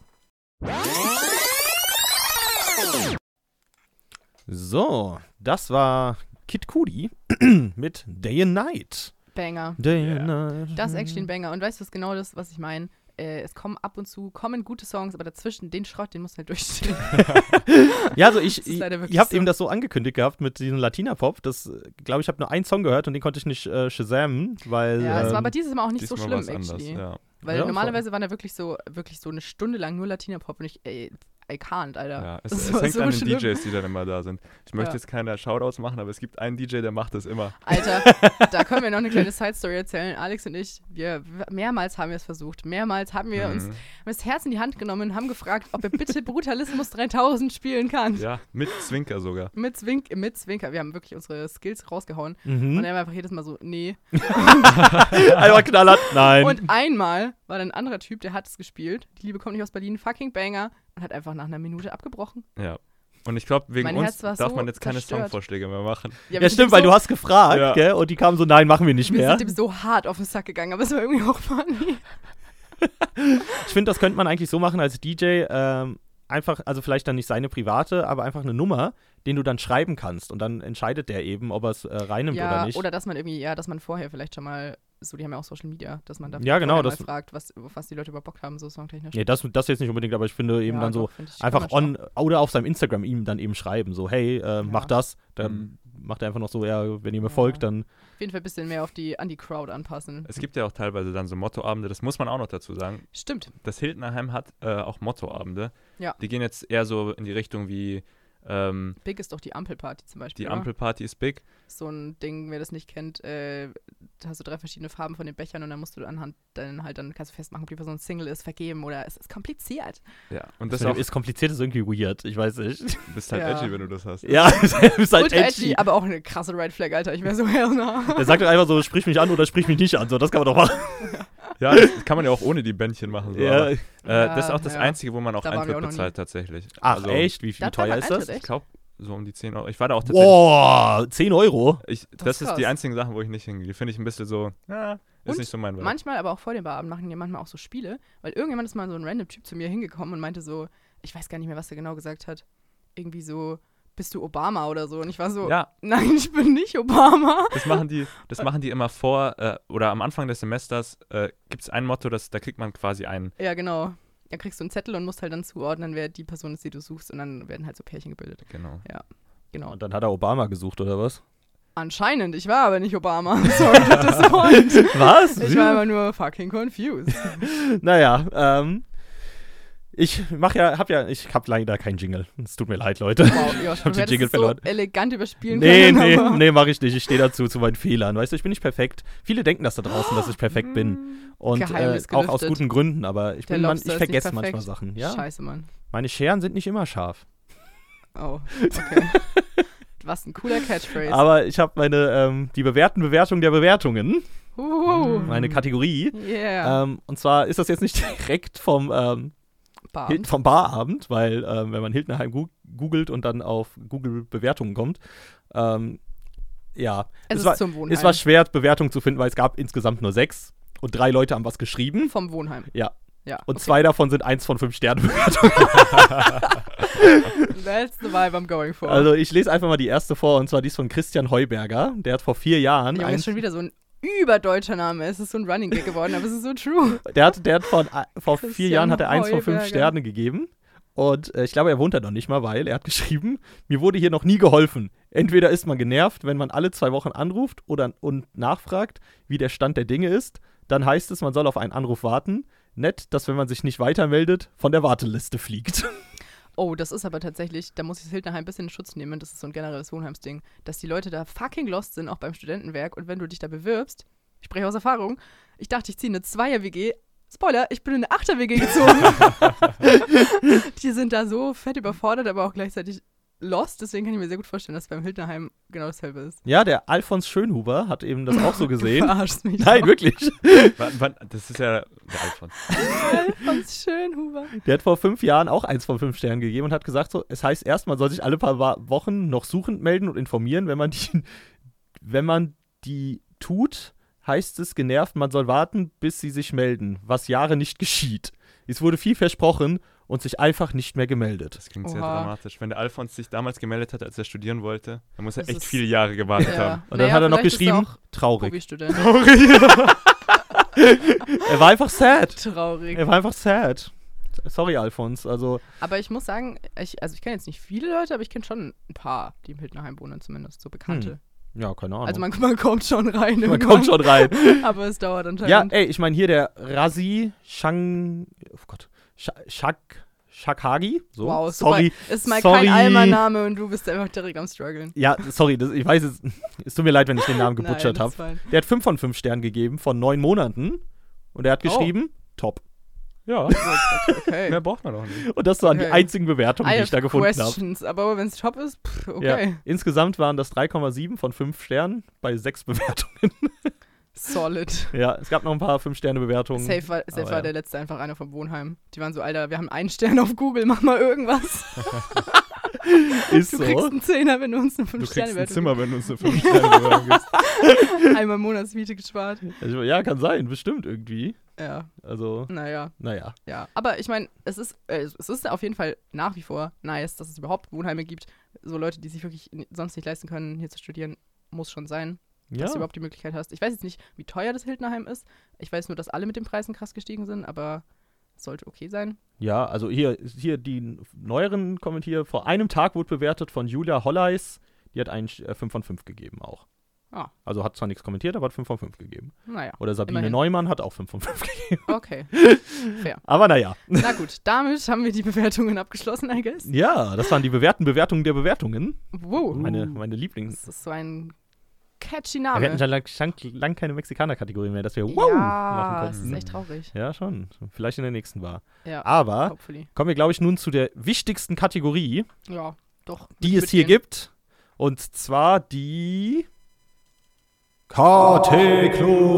So, das war Kid Cudi mit Day and Night. Banger. Day Yeah. Night. Das ist actually ein Banger. Und weißt du, das ist genau das, was ich meine? Äh, es kommen ab und zu, kommen gute Songs, aber dazwischen, den Schrott, den musst du halt durchstehen. Ja, also ich, Das ist ich leider wirklich ihr habt so. eben das so angekündigt gehabt mit diesem Latina-Pop. Das, glaube ich, habe nur einen Song gehört und den konnte ich nicht äh, shazamen, weil ja, es war ähm, aber dieses Mal auch nicht so Diesmal schlimm, war's anders, actually. ja. Weil Ja, voll. normalerweise waren da wirklich so, wirklich so eine Stunde lang nur Latina-Pop und ich, ey, I can't, Alter. Ja, es, Das es war hängt an den schlimm. DJs, die dann immer da sind. Ich möchte Ja. jetzt keine Shoutouts machen, aber es gibt einen DJ, der macht das immer. Alter, da können wir noch eine kleine Side-Story erzählen. Alex und ich, wir mehrmals haben wir es versucht. Mehrmals haben wir uns Mhm. haben das Herz in die Hand genommen und haben gefragt, ob er bitte Brutalismus 3000 spielen kann. Ja, mit Zwinker sogar. Mit, Zwink, mit Zwinker. Wir haben wirklich unsere Skills rausgehauen. Und Mhm. er war einfach jedes Mal so, nee. Einmal knallert. Nein. Und einmal war dann ein anderer Typ, der hat es gespielt. Die Liebe kommt nicht aus Berlin, fucking Banger. Und hat einfach nach einer Minute abgebrochen. Ja. Und ich glaube, wegen Mein uns Herz war darf so man jetzt keine zerstört. Songvorschläge mehr machen. wir ja, sind stimmt, ihm weil so, du hast gefragt, Ja. gell? Und die kamen so, nein, machen wir nicht Wir mehr. sind ihm so hart auf den Sack gegangen, aber es war irgendwie auch funny. Ich finde, das könnte man eigentlich so machen als DJ. Ähm, einfach, also vielleicht dann nicht seine private, aber einfach eine Nummer, den du dann schreiben kannst. Und dann entscheidet der eben, ob er es äh, reinnimmt ja, oder nicht. dass man irgendwie, ja, dass man vorher vielleicht schon mal, so, die haben ja auch Social Media, dass man da Ja, genau, vorher mal das- fragt, was, auf was die Leute überhaupt Bock haben, so songtechnisch. nee, das, das jetzt nicht unbedingt, aber ich finde eben Ja, dann so doch, find ich, kann einfach man schon. on oder auf seinem Instagram ihm dann eben schreiben, so, hey, äh, mach das. Dann Mhm. macht er einfach noch so, ja, wenn ihr mir Ja. folgt, dann Auf jeden Fall ein bisschen mehr auf die, an die Crowd Äh. anpassen. Es gibt ja auch teilweise dann so Mottoabende, das muss man auch noch dazu sagen. Stimmt. Das Hildnerheim hat äh, auch Mottoabende. Ja. Die gehen jetzt eher so in die Richtung wie ähm, Big ist doch die Ampelparty zum Beispiel. die oder? Ampelparty ist big. So ein Ding, wer das nicht kennt, äh, da hast du drei verschiedene Farben von den Bechern und dann musst du anhand dann halt, dann kannst du festmachen, ob die Person Single ist, vergeben oder es ist kompliziert. Ja. Und das das, mit auch, dem ist kompliziert, ist irgendwie weird. Ich weiß nicht. du bist halt Ja. edgy, wenn du das hast. ja, ist halt Ultra edgy, edgy. aber auch eine krasse Red Flag, Alter. Ich wäre so hell ne? Er sagt doch einfach so, sprich mich an oder sprich mich nicht an. So, das kann man doch machen. Ja, das kann man ja auch ohne die Bändchen machen. So. Ja. Aber, äh, das ist auch das Ja, ja. Einzige, wo man auch Da waren wir Eintritt auch noch nie. bezahlt tatsächlich. Ach, Also, echt? Wie, wie Da teuer hat ist man das? Eintritt, Ich glaube, so um die 10 Euro. Ich war da auch tatsächlich Boah, 10 Euro. Ich, das, Das ist ist die krass. einzigen Sachen, wo ich nicht hingehe. Die finde ich ein bisschen so, ja, ist Und nicht so mein Vibe. Manchmal, aber auch vor dem Barabend machen die manchmal auch so Spiele, weil irgendjemand ist mal so ein random Typ zu mir hingekommen und meinte so, ich weiß gar nicht mehr, was er genau gesagt hat. Irgendwie so, bist du Obama oder so? Und ich war so, Ja, nein, ich bin nicht Obama. das machen die, das machen die immer vor äh, oder am Anfang des Semesters äh, gibt es ein Motto, das, da kriegt man quasi einen. Ja, genau. Da kriegst du einen Zettel und musst halt dann zuordnen, wer die Person ist, die du suchst. Und dann werden halt so Pärchen gebildet. Genau. Genau. Und dann hat er Obama gesucht, oder was? Anscheinend, ich war aber nicht Obama. Sorry, das ist Freund. Was? Ich war aber nur fucking confused. naja, ähm. Ich mach ja, hab ja, ich hab leider keinen Jingle. Es tut mir leid, Leute. Wow, Josh, hab du den hättest Jingle es so verloren. elegant überspielen Nee, können. nee, aber- nee, mach ich nicht. Ich stehe dazu zu meinen Fehlern. Weißt du, ich bin nicht perfekt. Viele denken das da draußen, dass Ah, ich perfekt bin. Und äh, Geheimnis auch aus mm. gelüftet. guten Gründen, aber ich, Der bin man, Lobster ist ich nicht vergesse perfekt. manchmal Sachen. Ja? Scheiße, Mann. Meine Scheren sind nicht immer scharf. Oh, okay. Was ein cooler Catchphrase. Aber ich habe meine, ähm, die bewährten Bewertung der Bewertungen, Uhuhu. meine Kategorie. Yeah. Ähm, und zwar ist das jetzt nicht direkt vom, ähm, Hil- Barabend. vom Barabend, weil ähm, wenn man Hildenheim gu- googelt und dann auf Google Bewertungen kommt, ähm, ja, Es es ist war, zum Wohnheim. es war schwer, Bewertungen zu finden, weil es gab insgesamt nur sechs und drei Leute haben was geschrieben. vom Wohnheim. Ja. Ja. Und zwei davon sind eins von fünf Sternen. That's the vibe I'm going for. Also ich lese einfach mal die erste vor und zwar die ist von Christian Heuberger. Der hat vor vier Jahren Junge, eins- ist schon wieder so ein überdeutscher Name. Es ist so ein Running Gag geworden, aber es ist so true. Der hat, der hat von, a- vor vier Christian Jahren hat er eins von fünf Heuberger. Sternen gegeben. Und äh, ich glaube, er wohnt da noch nicht mal, weil er hat geschrieben, mir wurde hier noch nie geholfen. Entweder ist man genervt, wenn man alle zwei Wochen anruft oder, und nachfragt, wie der Stand der Dinge ist. Dann heißt es, man soll auf einen Anruf warten. Nett, dass wenn man sich nicht weitermeldet, von der Warteliste fliegt. Oh, das ist aber tatsächlich, da muss ich das Hildnerheim ein bisschen in Schutz nehmen, das ist so ein generelles Wohnheimsding, dass die Leute da fucking lost sind, auch beim Studentenwerk. Und wenn du dich da bewirbst, ich spreche aus Erfahrung, ich dachte, ich ziehe eine Zweier-WG. Spoiler, ich bin in eine Achter-WG gezogen. die sind da so fett überfordert, aber auch gleichzeitig Lost, deswegen kann ich mir sehr gut vorstellen, dass beim Hildnerheim genau dasselbe ist. Ja, der Alfons Schönhuber hat eben das auch so Du gesehen. verarschst mich. Nein, doch. wirklich. Wann, wann, das ist ja der Alfons. Ganz schön, Huber. Der hat vor fünf Jahren auch eins von fünf Sternen gegeben und hat gesagt, so, es heißt erst, man soll sich alle paar Wa- Wochen noch suchend melden und informieren, wenn man die, wenn man die tut, heißt es genervt, man soll warten, bis sie sich melden, was Jahre nicht geschieht. Es wurde viel versprochen und sich einfach nicht mehr gemeldet. Das klingt sehr Oha. dramatisch. Wenn der Alfons sich damals gemeldet hat, als er studieren wollte, dann muss er Das echt ist- viele Jahre gewartet haben. Und dann hat er noch geschrieben, traurig. Student. Er war einfach sad. Traurig. Er war einfach sad. Sorry, Alfons. Also, Aber ich muss sagen, ich, also ich kenne jetzt nicht viele Leute, aber ich kenne schon ein paar, die im Hildnerheim wohnen, zumindest so Bekannte. ja, keine Ahnung. Also man, man kommt schon rein. Hm, man kommt schon rein. rein. Aber es dauert Ja, anscheinend. ey, ich meine hier der Razi Shang, oh Gott, Sha- Shak, Shakhagi. So, wow, super. sorry. Ist mal sorry. kein Almaname und du bist einfach direkt am struggeln. Ja, sorry, das, ich weiß es. Es tut mir leid, wenn ich den Namen gebutschert Nein, habe. das war- Der hat 5 von 5 Sternen gegeben von 9 Monaten und er hat Oh. geschrieben, top. Ja, Okay. mehr braucht man doch nicht. Und das waren die Okay. einzigen Bewertungen, I die have ich da gefunden habe. questions, aber wenn es top ist, pff, okay. Ja. Insgesamt waren das 3,7 von 5 Sternen bei 6 Bewertungen. Solid. Ja, es gab noch ein paar 5-Sterne-Bewertungen. Safe war, safe aber war ja. der letzte einfach einer vom Wohnheim. Die waren so, Alter, wir haben einen Stern auf Google, mach mal irgendwas. Ist Du so. kriegst einen Zehner, wenn du uns eine Du fünf kriegst sterne ein wertung Zimmer, wenn du uns eine 5 Sterne gibst. Einmal Monatsmiete gespart. Also, ja, kann sein, bestimmt irgendwie. Ja, Also, naja, naja. ja. Aber ich meine, es ist, äh, es ist auf jeden Fall nach wie vor nice, dass es überhaupt Wohnheime gibt. So Leute, die sich wirklich n- sonst nicht leisten können, hier zu studieren, muss schon sein, Ja. dass du überhaupt die Möglichkeit hast. Ich weiß jetzt nicht, wie teuer das Hildnerheim ist. Ich weiß nur, dass alle mit den Preisen krass gestiegen sind, aber es sollte okay sein. Ja, also hier, hier die neueren Kommentiere. Vor einem Tag wurde bewertet von Julia Holleis. Die hat einen äh, 5 von 5 gegeben auch. Ah. Also hat zwar nichts kommentiert, aber hat 5 von 5 gegeben. Naja, Oder Sabine Immerhin. Neumann hat auch 5 von 5 gegeben. okay. Aber naja. Na gut, damit haben wir die Bewertungen abgeschlossen, I guess. Ja, das waren die bewährten Bewertungen der Bewertungen. Wow, Meine, meine Lieblings. das ist so ein catchy Wir Name. hätten schon lang, lang, lang keine Mexikaner-Kategorie mehr, dass wir wow ja, machen das ist konnten. echt traurig. Ja, schon. Vielleicht in der nächsten war. Ja, Aber hopefully. kommen wir, glaube ich, nun zu der wichtigsten Kategorie, Ja, doch. würd die ich es hier mitgehen. gibt. Und zwar die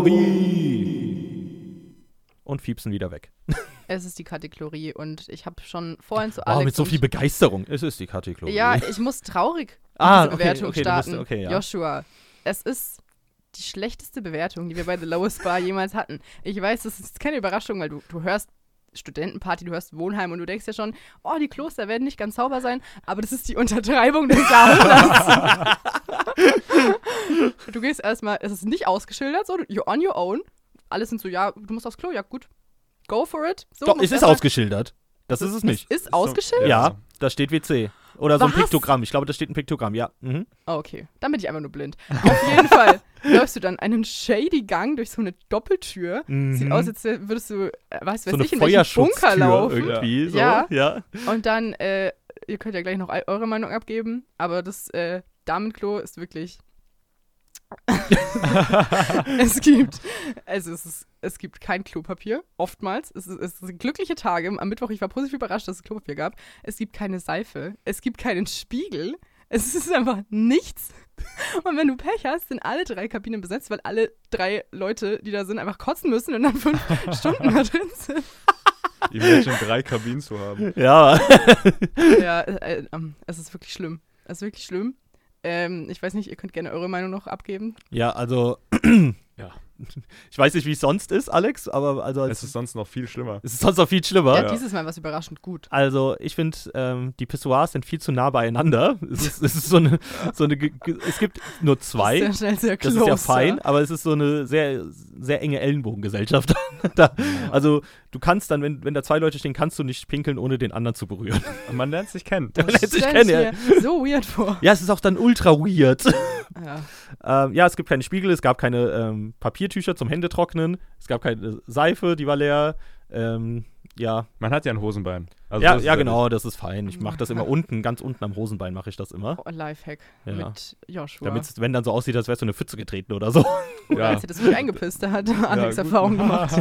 Kategorie. Und fiepsen wieder weg. Es ist die Kategorie und ich habe schon vorhin zu Alex. Oh, mit so und- viel Begeisterung. Es ist die Kategorie. Ja, ich muss traurig Ah, diese okay, Bewertung okay, du musst- starten. okay, ja. Joshua, es ist die schlechteste Bewertung, die wir bei The Lowest Bar jemals hatten. Ich weiß, das ist keine Überraschung, weil du, du hörst Studentenparty, du hörst Wohnheim und du denkst ja schon, oh, die Kloster werden nicht ganz sauber sein, aber das ist die Untertreibung des Jahrhunderts. du gehst erstmal, es ist nicht ausgeschildert, so, you're on your own. Alle sind so, ja, du musst aufs Klo, ja gut, go for it. So, Doch, musst es ist erstmal- ausgeschildert. Das ist es nicht. Ist ausgeschildert? Ja, da steht WC. Oder so ein Was? Piktogramm. Ich glaube, da steht ein Piktogramm, ja. Mhm. Ah, okay. Dann bin ich einfach nur blind. Auf jeden Fall läufst du dann einen shady Gang durch so eine Doppeltür. Sieht Mhm. aus, als würdest du, äh, weiß, weiß so eine ich, in welchen Bunker Feuerschutztür laufen. irgendwie. So. Ja. ja. Und dann, äh, ihr könnt ja gleich noch eu- eure Meinung abgeben, aber das äh, Damenklo ist wirklich. es gibt, also es, ist, es gibt kein Klopapier, oftmals. Es, ist, es sind glückliche Tage. Am Mittwoch, ich war positiv überrascht, dass es Klopapier gab. Es gibt keine Seife, es gibt keinen Spiegel, es ist einfach nichts. Und wenn du Pech hast, sind alle drei Kabinen besetzt, weil alle drei Leute, die da sind, einfach kotzen müssen und dann fünf Stunden da drin sind. Imagine drei Kabinen zu haben. Ja. Ja, äh, äh, ähm, es ist wirklich schlimm. Es ist wirklich schlimm. Ähm, ich weiß nicht, ihr könnt gerne eure Meinung noch abgeben. Ja, also. Ja. Ich weiß nicht, wie es sonst ist, Alex, aber also Es ist sonst noch viel schlimmer. es ist sonst noch viel schlimmer. Ja, dieses Mal war es überraschend gut. Also, ich finde, ähm, die Pissoirs sind viel zu nah beieinander. Es ist, es ist so eine, so eine ge- ge- es gibt nur zwei. Sehr schnell, sehr Das close. ist ja fein, aber es ist so eine sehr, sehr enge Ellenbogengesellschaft. da, also, du kannst dann, wenn, wenn da zwei Leute stehen, kannst du nicht pinkeln, ohne den anderen zu berühren. Man lernt sich kennen. Das Letztlich stell ich kenn ja. mir so weird vor. ja, es ist auch dann ultra weird. Ja. ähm, ja, es gibt keine Spiegel, es gab keine ähm, Papiertücher zum Händetrocknen, es gab keine Seife, die war leer. Ähm, Ja, Man hat ja ein Hosenbein. Also ja, das ist ja genau, das ist fein. Ich mache das immer unten, ganz unten am Hosenbein mache ich das immer. Oh, ein Lifehack Ja. mit Joshua. Damit es, wenn dann so aussieht, als wärst du in eine Pfütze getreten oder so. Oder äh, Ja. als hättest du mich eingepisst, da hat Alex gut. Erfahrung gemacht.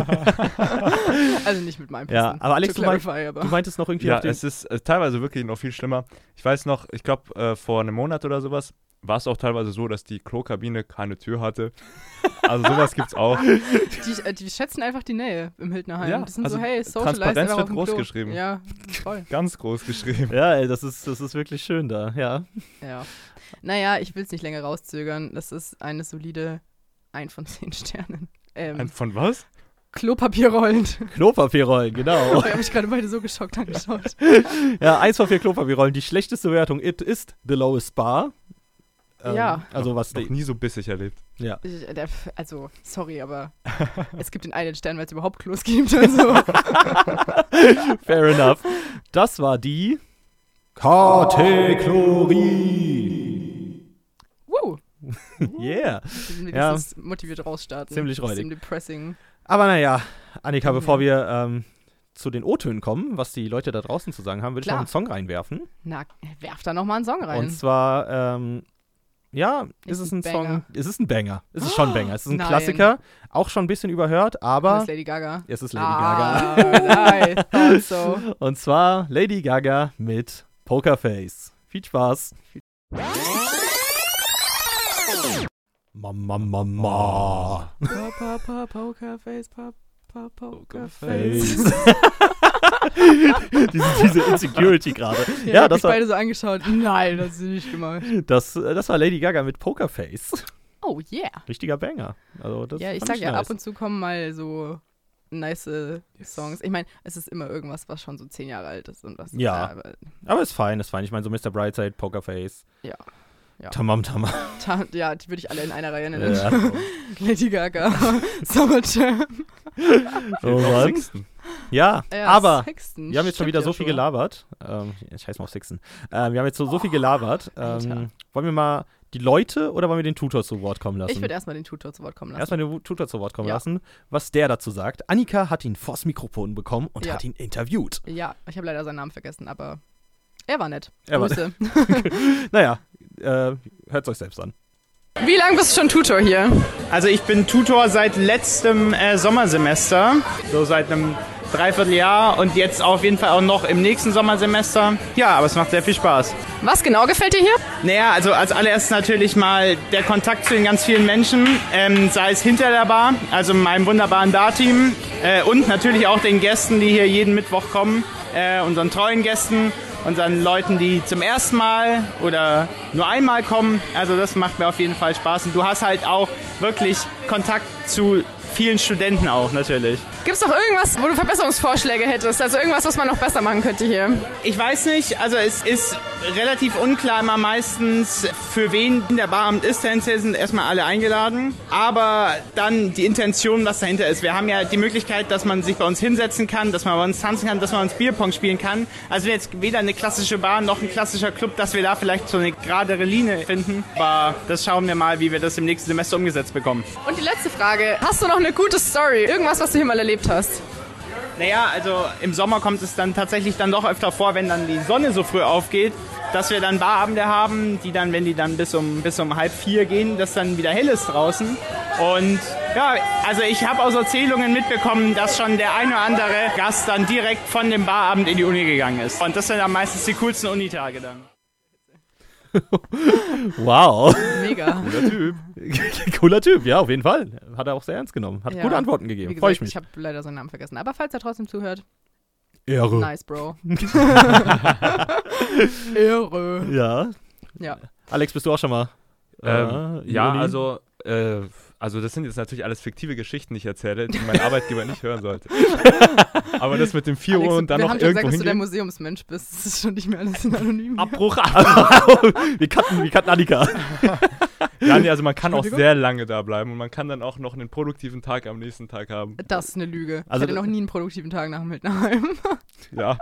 also nicht mit meinem Pissen. Ja, aber Alex, to du mein- clarify, aber. Du meintest noch irgendwie Ja, auf den, es ist äh, teilweise wirklich noch viel schlimmer. Ich weiß noch, ich glaube, äh, vor einem Monat oder sowas war es auch teilweise so, dass die Klokabine keine Tür hatte. Also sowas gibt's auch. Die, äh, die schätzen einfach die Nähe im Hildnerheim. Ja, die sind also so, hey, socialize Transparenz einfach wird auf dem groß Klo. geschrieben. Ja, voll. Ganz groß geschrieben. Ja, ey, das ist, das ist wirklich schön da, ja. Ja. Naja, ich will es nicht länger rauszögern. Das ist eine solide 1 von 10 Sternen. Ein Ähm, von was? Klopapierrollen. Klopapierrollen, genau. Ich habe mich gerade beide so geschockt angeschaut. ja, eins von vier Klopapierrollen. Die schlechteste Wertung it ist The Lowest Bar. Ja. Also was Noch die, nie so bissig erlebt. ja. Ich, äh, der- also, sorry, aber es gibt den einen Stern, weil es überhaupt Klos gibt. Also, Fair enough. Das war die Kategorie. wow. Yeah. Sind wir Ja. dieses motiviert rausstarten. Ziemlich Aus räudig. dem depressing. Aber naja, Annika, Mhm. bevor wir ähm, zu den O-Tönen kommen, was die Leute da draußen zu sagen haben, würde ich noch Klar. einen Song reinwerfen. Na, werf da nochmal einen Song rein. Und zwar, ähm, ja, ist, Ist es ein ein Song, Banger. ist es ein Banger. Ist es schon ein Banger. Es ist ein Nein. Klassiker, auch schon ein bisschen überhört, Das aber ist Lady Gaga. es ist Lady Gaga. Gaga. Ah, Nice. Thought so. Und zwar Lady Gaga mit Pokerface. Viel Spaß. Mama, Mama. Pa, pa, pa, Pokerface, pa, pa, Pokerface. Face. diese, diese Insecurity gerade. Ja, ich hab das, mich war, beide so angeschaut. Nein, das ist nicht gemacht. das, das war Lady Gaga mit Pokerface. Oh yeah. Richtiger Banger. Also, das ja, ich fand sag ja, nice. ab und zu kommen mal so nice äh, Songs. Ich meine, es ist immer irgendwas, was schon so zehn Jahre alt ist und was. Ja. aber- Aber ist fein, ist fein. Ich meine, so Mr. Brightside, Pokerface. Ja. Ja. Tamam, tamam. Ta- ja, die würde ich alle in einer Reihe nennen. Ja. Lady Gaga, Summer Jam. Oh, Auf Mann. Sixten. ja, Ja, aber Sexton, wir haben jetzt schon stimmt wieder so ja viel gelabert. Ähm, ich heiße mal auf Sixen. Ähm, wir haben jetzt so, so viel gelabert. Ähm, Oh, Alter. wollen wir mal die Leute oder wollen wir den Tutor zu Wort kommen lassen? Ich würde erstmal den Tutor zu Wort kommen lassen. Erstmal den Tutor zu Wort kommen Ja. lassen, was der dazu sagt. Annika hat ihn vors Mikrofon bekommen und Ja. hat ihn interviewt. ja, ich habe leider seinen Namen vergessen, aber er war nett. Er war- Grüße. Naja, äh, hört's euch selbst an. Wie lange bist du schon Tutor hier? Also ich bin Tutor seit letztem äh, Sommersemester, so seit einem Dreivierteljahr und jetzt auf jeden Fall auch noch im nächsten Sommersemester. Ja, aber es macht sehr viel Spaß. Was genau gefällt dir hier? Naja, also als allererst natürlich mal der Kontakt zu den ganz vielen Menschen, ähm, sei es hinter der Bar, also meinem wunderbaren Bar-Team äh, und natürlich auch den Gästen, die hier jeden Mittwoch kommen, äh, unseren treuen Gästen, unseren Leuten, die zum ersten Mal oder nur einmal kommen. Also das macht mir auf jeden Fall Spaß und du hast halt auch wirklich Kontakt zu vielen Studenten auch natürlich. Gibt es noch irgendwas, wo du Verbesserungsvorschläge hättest? Also irgendwas, was man noch besser machen könnte hier? Ich weiß nicht, also es ist relativ unklar immer meistens, für wen in der Baramt ist. Tendenziell sind erstmal alle eingeladen, aber dann die Intention, was dahinter ist. Wir haben ja die Möglichkeit, dass man sich bei uns hinsetzen kann, dass man bei uns tanzen kann, dass man bei uns Bierpong spielen kann. Also jetzt weder eine klassische Bar noch ein klassischer Club, dass wir da vielleicht so eine geradere Linie finden. Aber das schauen wir mal, wie wir das im nächsten Semester umgesetzt bekommen. Und die letzte Frage. Hast du noch eine gute Story? Irgendwas, was du hier mal erlebt hast? Naja, also im Sommer kommt es dann tatsächlich dann doch öfter vor, wenn dann die Sonne so früh aufgeht, dass wir dann Barabende haben, die dann, wenn die dann bis um, bis um halb vier gehen, dass dann wieder hell ist draußen. Und ja, also ich habe aus Erzählungen mitbekommen, dass schon der ein oder andere Gast dann direkt von dem Barabend in die Uni gegangen ist. Und das sind dann meistens die coolsten Unitage dann. Wow. Mega. Cooler Typ. Cooler Typ, ja, auf jeden Fall. Hat er auch sehr ernst genommen. Hat Ja. gute Antworten gegeben. Freue ich mich. ich habe leider seinen Namen vergessen. Aber falls er trotzdem zuhört, Ehre. nice, Bro. Irre. Ja. Ja. Alex, bist du auch schon mal? Ähm, äh, ja, Juni? also, äh, also das sind jetzt natürlich alles fiktive Geschichten, die ich erzähle, die mein Arbeitgeber nicht hören sollte. Aber das mit dem 4 Alex, Uhr und dann wir noch haben schon gesagt, irgendwo dass du der hingehen. Museumsmensch bist. Das ist schon nicht mehr alles in Anonym. Abbruch. wir, cutten, wir cutten Annika. Ja, nee, also man kann auch Entschuldigung? sehr lange da bleiben und man kann dann auch noch einen produktiven Tag am nächsten Tag haben. Das ist eine Lüge. Also- ich hatte noch nie einen produktiven Tag nach dem Hildnerheim. Ja,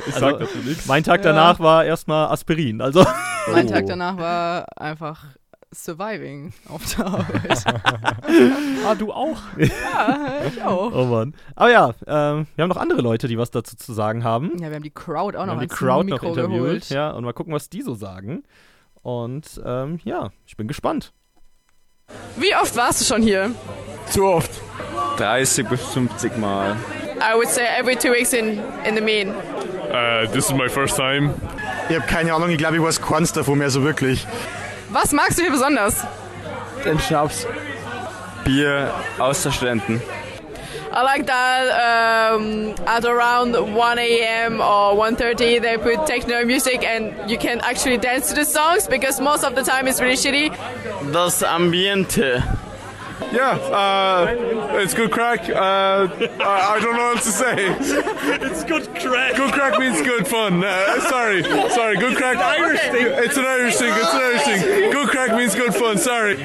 ich Also- sag dazu nichts. Mein Tag Ja. danach war erstmal Aspirin. Also, Mein Tag danach war einfach Surviving auf der Arbeit. Ah, du auch? ja, ich auch. Oh Mann. Aber ja, ähm, wir haben noch andere Leute, die was dazu zu sagen haben. Ja, wir haben die Crowd auch wir noch haben die ans Crowd noch Mikro interviewt. geholt. Ja, und mal gucken, was die so sagen. Und ähm, ja, ich bin gespannt. Wie oft warst du schon hier? Zu oft. 30 bis 50 Mal. I would say every two weeks in, in the mean. Uh, this is my first time. Ich habe keine Ahnung, ich glaube, ich weiß keins davon mehr so wirklich. Was magst du hier besonders? Den Schnaps. Bier aus der Studenten. I like that um, at around 1 a.m. or 1.30 they put techno music and you can actually dance to the songs because most of the time it's really shitty. Das Ambiente. Yeah, uh, it's good crack. Uh, I, I don't know what to say. it's good crack. Good crack means good fun. Uh, sorry, sorry. Good crack. Irish thing. It's an Irish thing. It's an Irish thing. Good crack means good fun. Sorry.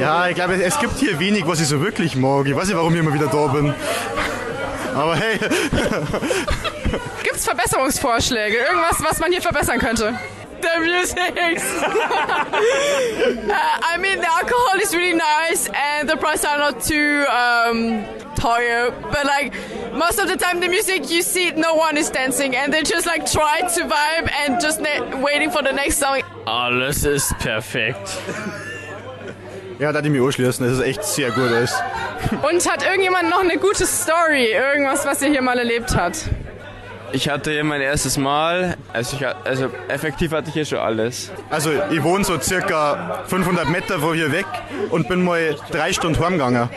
Ja, ich glaube, es gibt hier wenig, was ich so wirklich mag. Ich weiß nicht, warum ich immer wieder da bin. Aber hey, Gibt es Verbesserungsvorschläge? Irgendwas, was man hier verbessern könnte? The music! Uh, I mean the alcohol is really nice and the prices are not too um, higher but like most of the time the music you see no one is dancing and they just like try to vibe and just ne- waiting for the next song Alles ist perfekt. ja, da die mich anschließen, dass es echt sehr gut ist. Und hat irgendjemand noch eine gute Story? Irgendwas, was ihr hier mal erlebt habt? Ich hatte hier mein erstes Mal. Also, ich, ha- also effektiv hatte ich hier schon alles. Also, ich wohne so circa 500 Meter von hier weg und bin mal drei Stunden heimgegangen.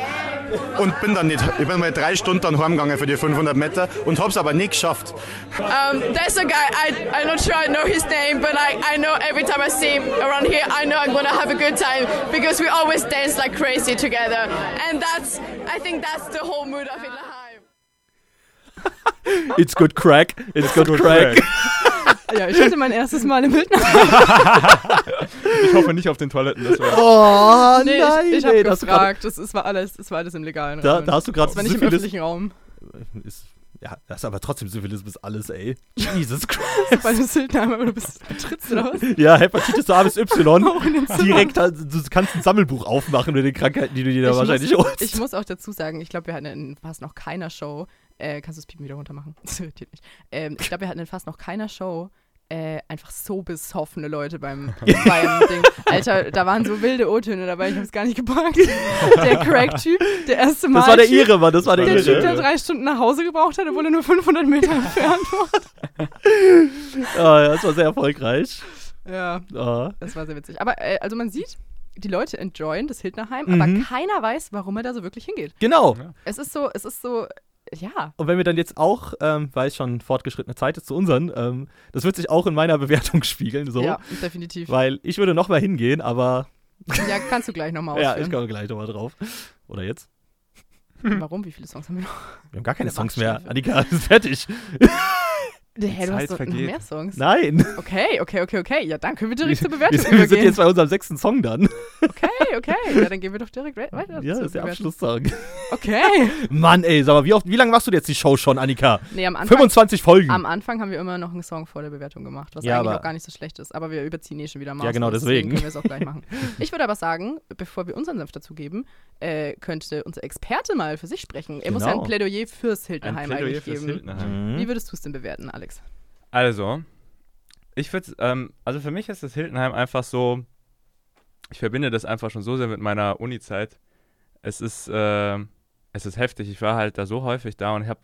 Und bin dann nicht, ich bin mal drei Stunden dann heimgegangen für die 500 Meter und hab's aber nicht geschafft. Um, there's a guy, I, I'm not sure I know his name, but like, I know every time I see him around here, I know I'm gonna have a good time because we always dance like crazy together. And that's, I think that's the whole mood of Inlaheim. It's good crack. It's good crack. Ah Ja, ich hatte mein erstes Mal im Wildnis. Ich hoffe nicht auf den Toiletten. Das war Oh Nee, nein, ich, ich habe ey, das war- gefragt. Das, ist, war alles, das war alles im legalen Da, Rahmen. da hast du gerade das war nicht im öffentlichen Raum. ist, ja, das ist aber trotzdem Syphilis alles, ey. Jesus Christ. Weil du Sildner aber du bist betrittst oder was? Oh, Ja, Hepatitis A bis Y. Auch in dem Zimmer. Direkt, hast- du kannst ein Sammelbuch aufmachen mit den Krankheiten, die du dir da Ich wahrscheinlich muss, holst. Ich muss auch dazu sagen, ich glaube, wir hatten in fast noch keiner Show. Äh, kannst du das Piepen wieder runtermachen? Das irritiert mich. Ähm, ich glaube, wir hatten in fast noch keiner Show. Äh, einfach so besoffene Leute beim, beim Ding. Alter, da waren so wilde O-Töne dabei, ich hab's gar nicht gepackt. Der Crack-Typ, der erste Mal. das war der Ire, Mann, das war der Der Typ, Ire. der drei Stunden nach Hause gebraucht hat, obwohl er nur 500 Meter entfernt war. Ah, ja, das war sehr erfolgreich. Ja, Ah. das war sehr witzig. Aber äh, also man sieht, die Leute enjoyen das Hildnerheim, Mhm. aber keiner weiß, warum er da so wirklich hingeht. Genau. Es ist so, es ist so, ja. Und wenn wir dann jetzt auch, ähm, weil es schon fortgeschrittene Zeit ist zu unseren, ähm, das wird sich auch in meiner Bewertung spiegeln, so. Ja, definitiv. Weil ich würde nochmal hingehen, aber Ja, kannst du gleich nochmal ja, ich ausführen. Hm, komme gleich nochmal drauf. Oder jetzt? Warum? Wie viele Songs haben wir noch? Wir haben gar keine Eine Songs mehr. Wachschleife. Annika, ist fertig. Hä, du hast Zeit doch noch vergeht. mehr Songs. Nein. Okay, okay, okay, okay. Ja, dann können Oh wir direkt zur Wir Bewertung sind, wir sind übergehen. jetzt bei unserem sechsten Song dann. Okay, okay. Ja, dann gehen wir doch direkt we- weiter Ja, zur das ist der Bewertung. Abschlusssong. Okay. Mann, ey, sag mal, wie, oft, wie lange machst du jetzt die Show schon, Annika? Nee, am Anfang, 25 Folgen. am Anfang haben wir immer noch einen Song vor der Bewertung gemacht, was Ja, eigentlich aber- auch gar nicht so schlecht ist. Aber wir überziehen eh schon wieder mal. Ja, genau, deswegen. können wir es auch gleich machen. Ich würde aber sagen, bevor wir unseren Senf dazugeben, äh, könnte unser Experte mal für sich sprechen. Er muss ja ein Genau. Plädoyer fürs ein Hildenheim Plädoyer eigentlich fürs geben. Hildenheim. Mhm. Hm? Wie würdest du es denn bewerten, Alex? Also, ich würde, ähm, also für mich ist das Hildenheim einfach so, ich verbinde das einfach schon so sehr mit meiner Uni-Zeit. Es ist, äh, es ist heftig. Ich war halt da so häufig da und habe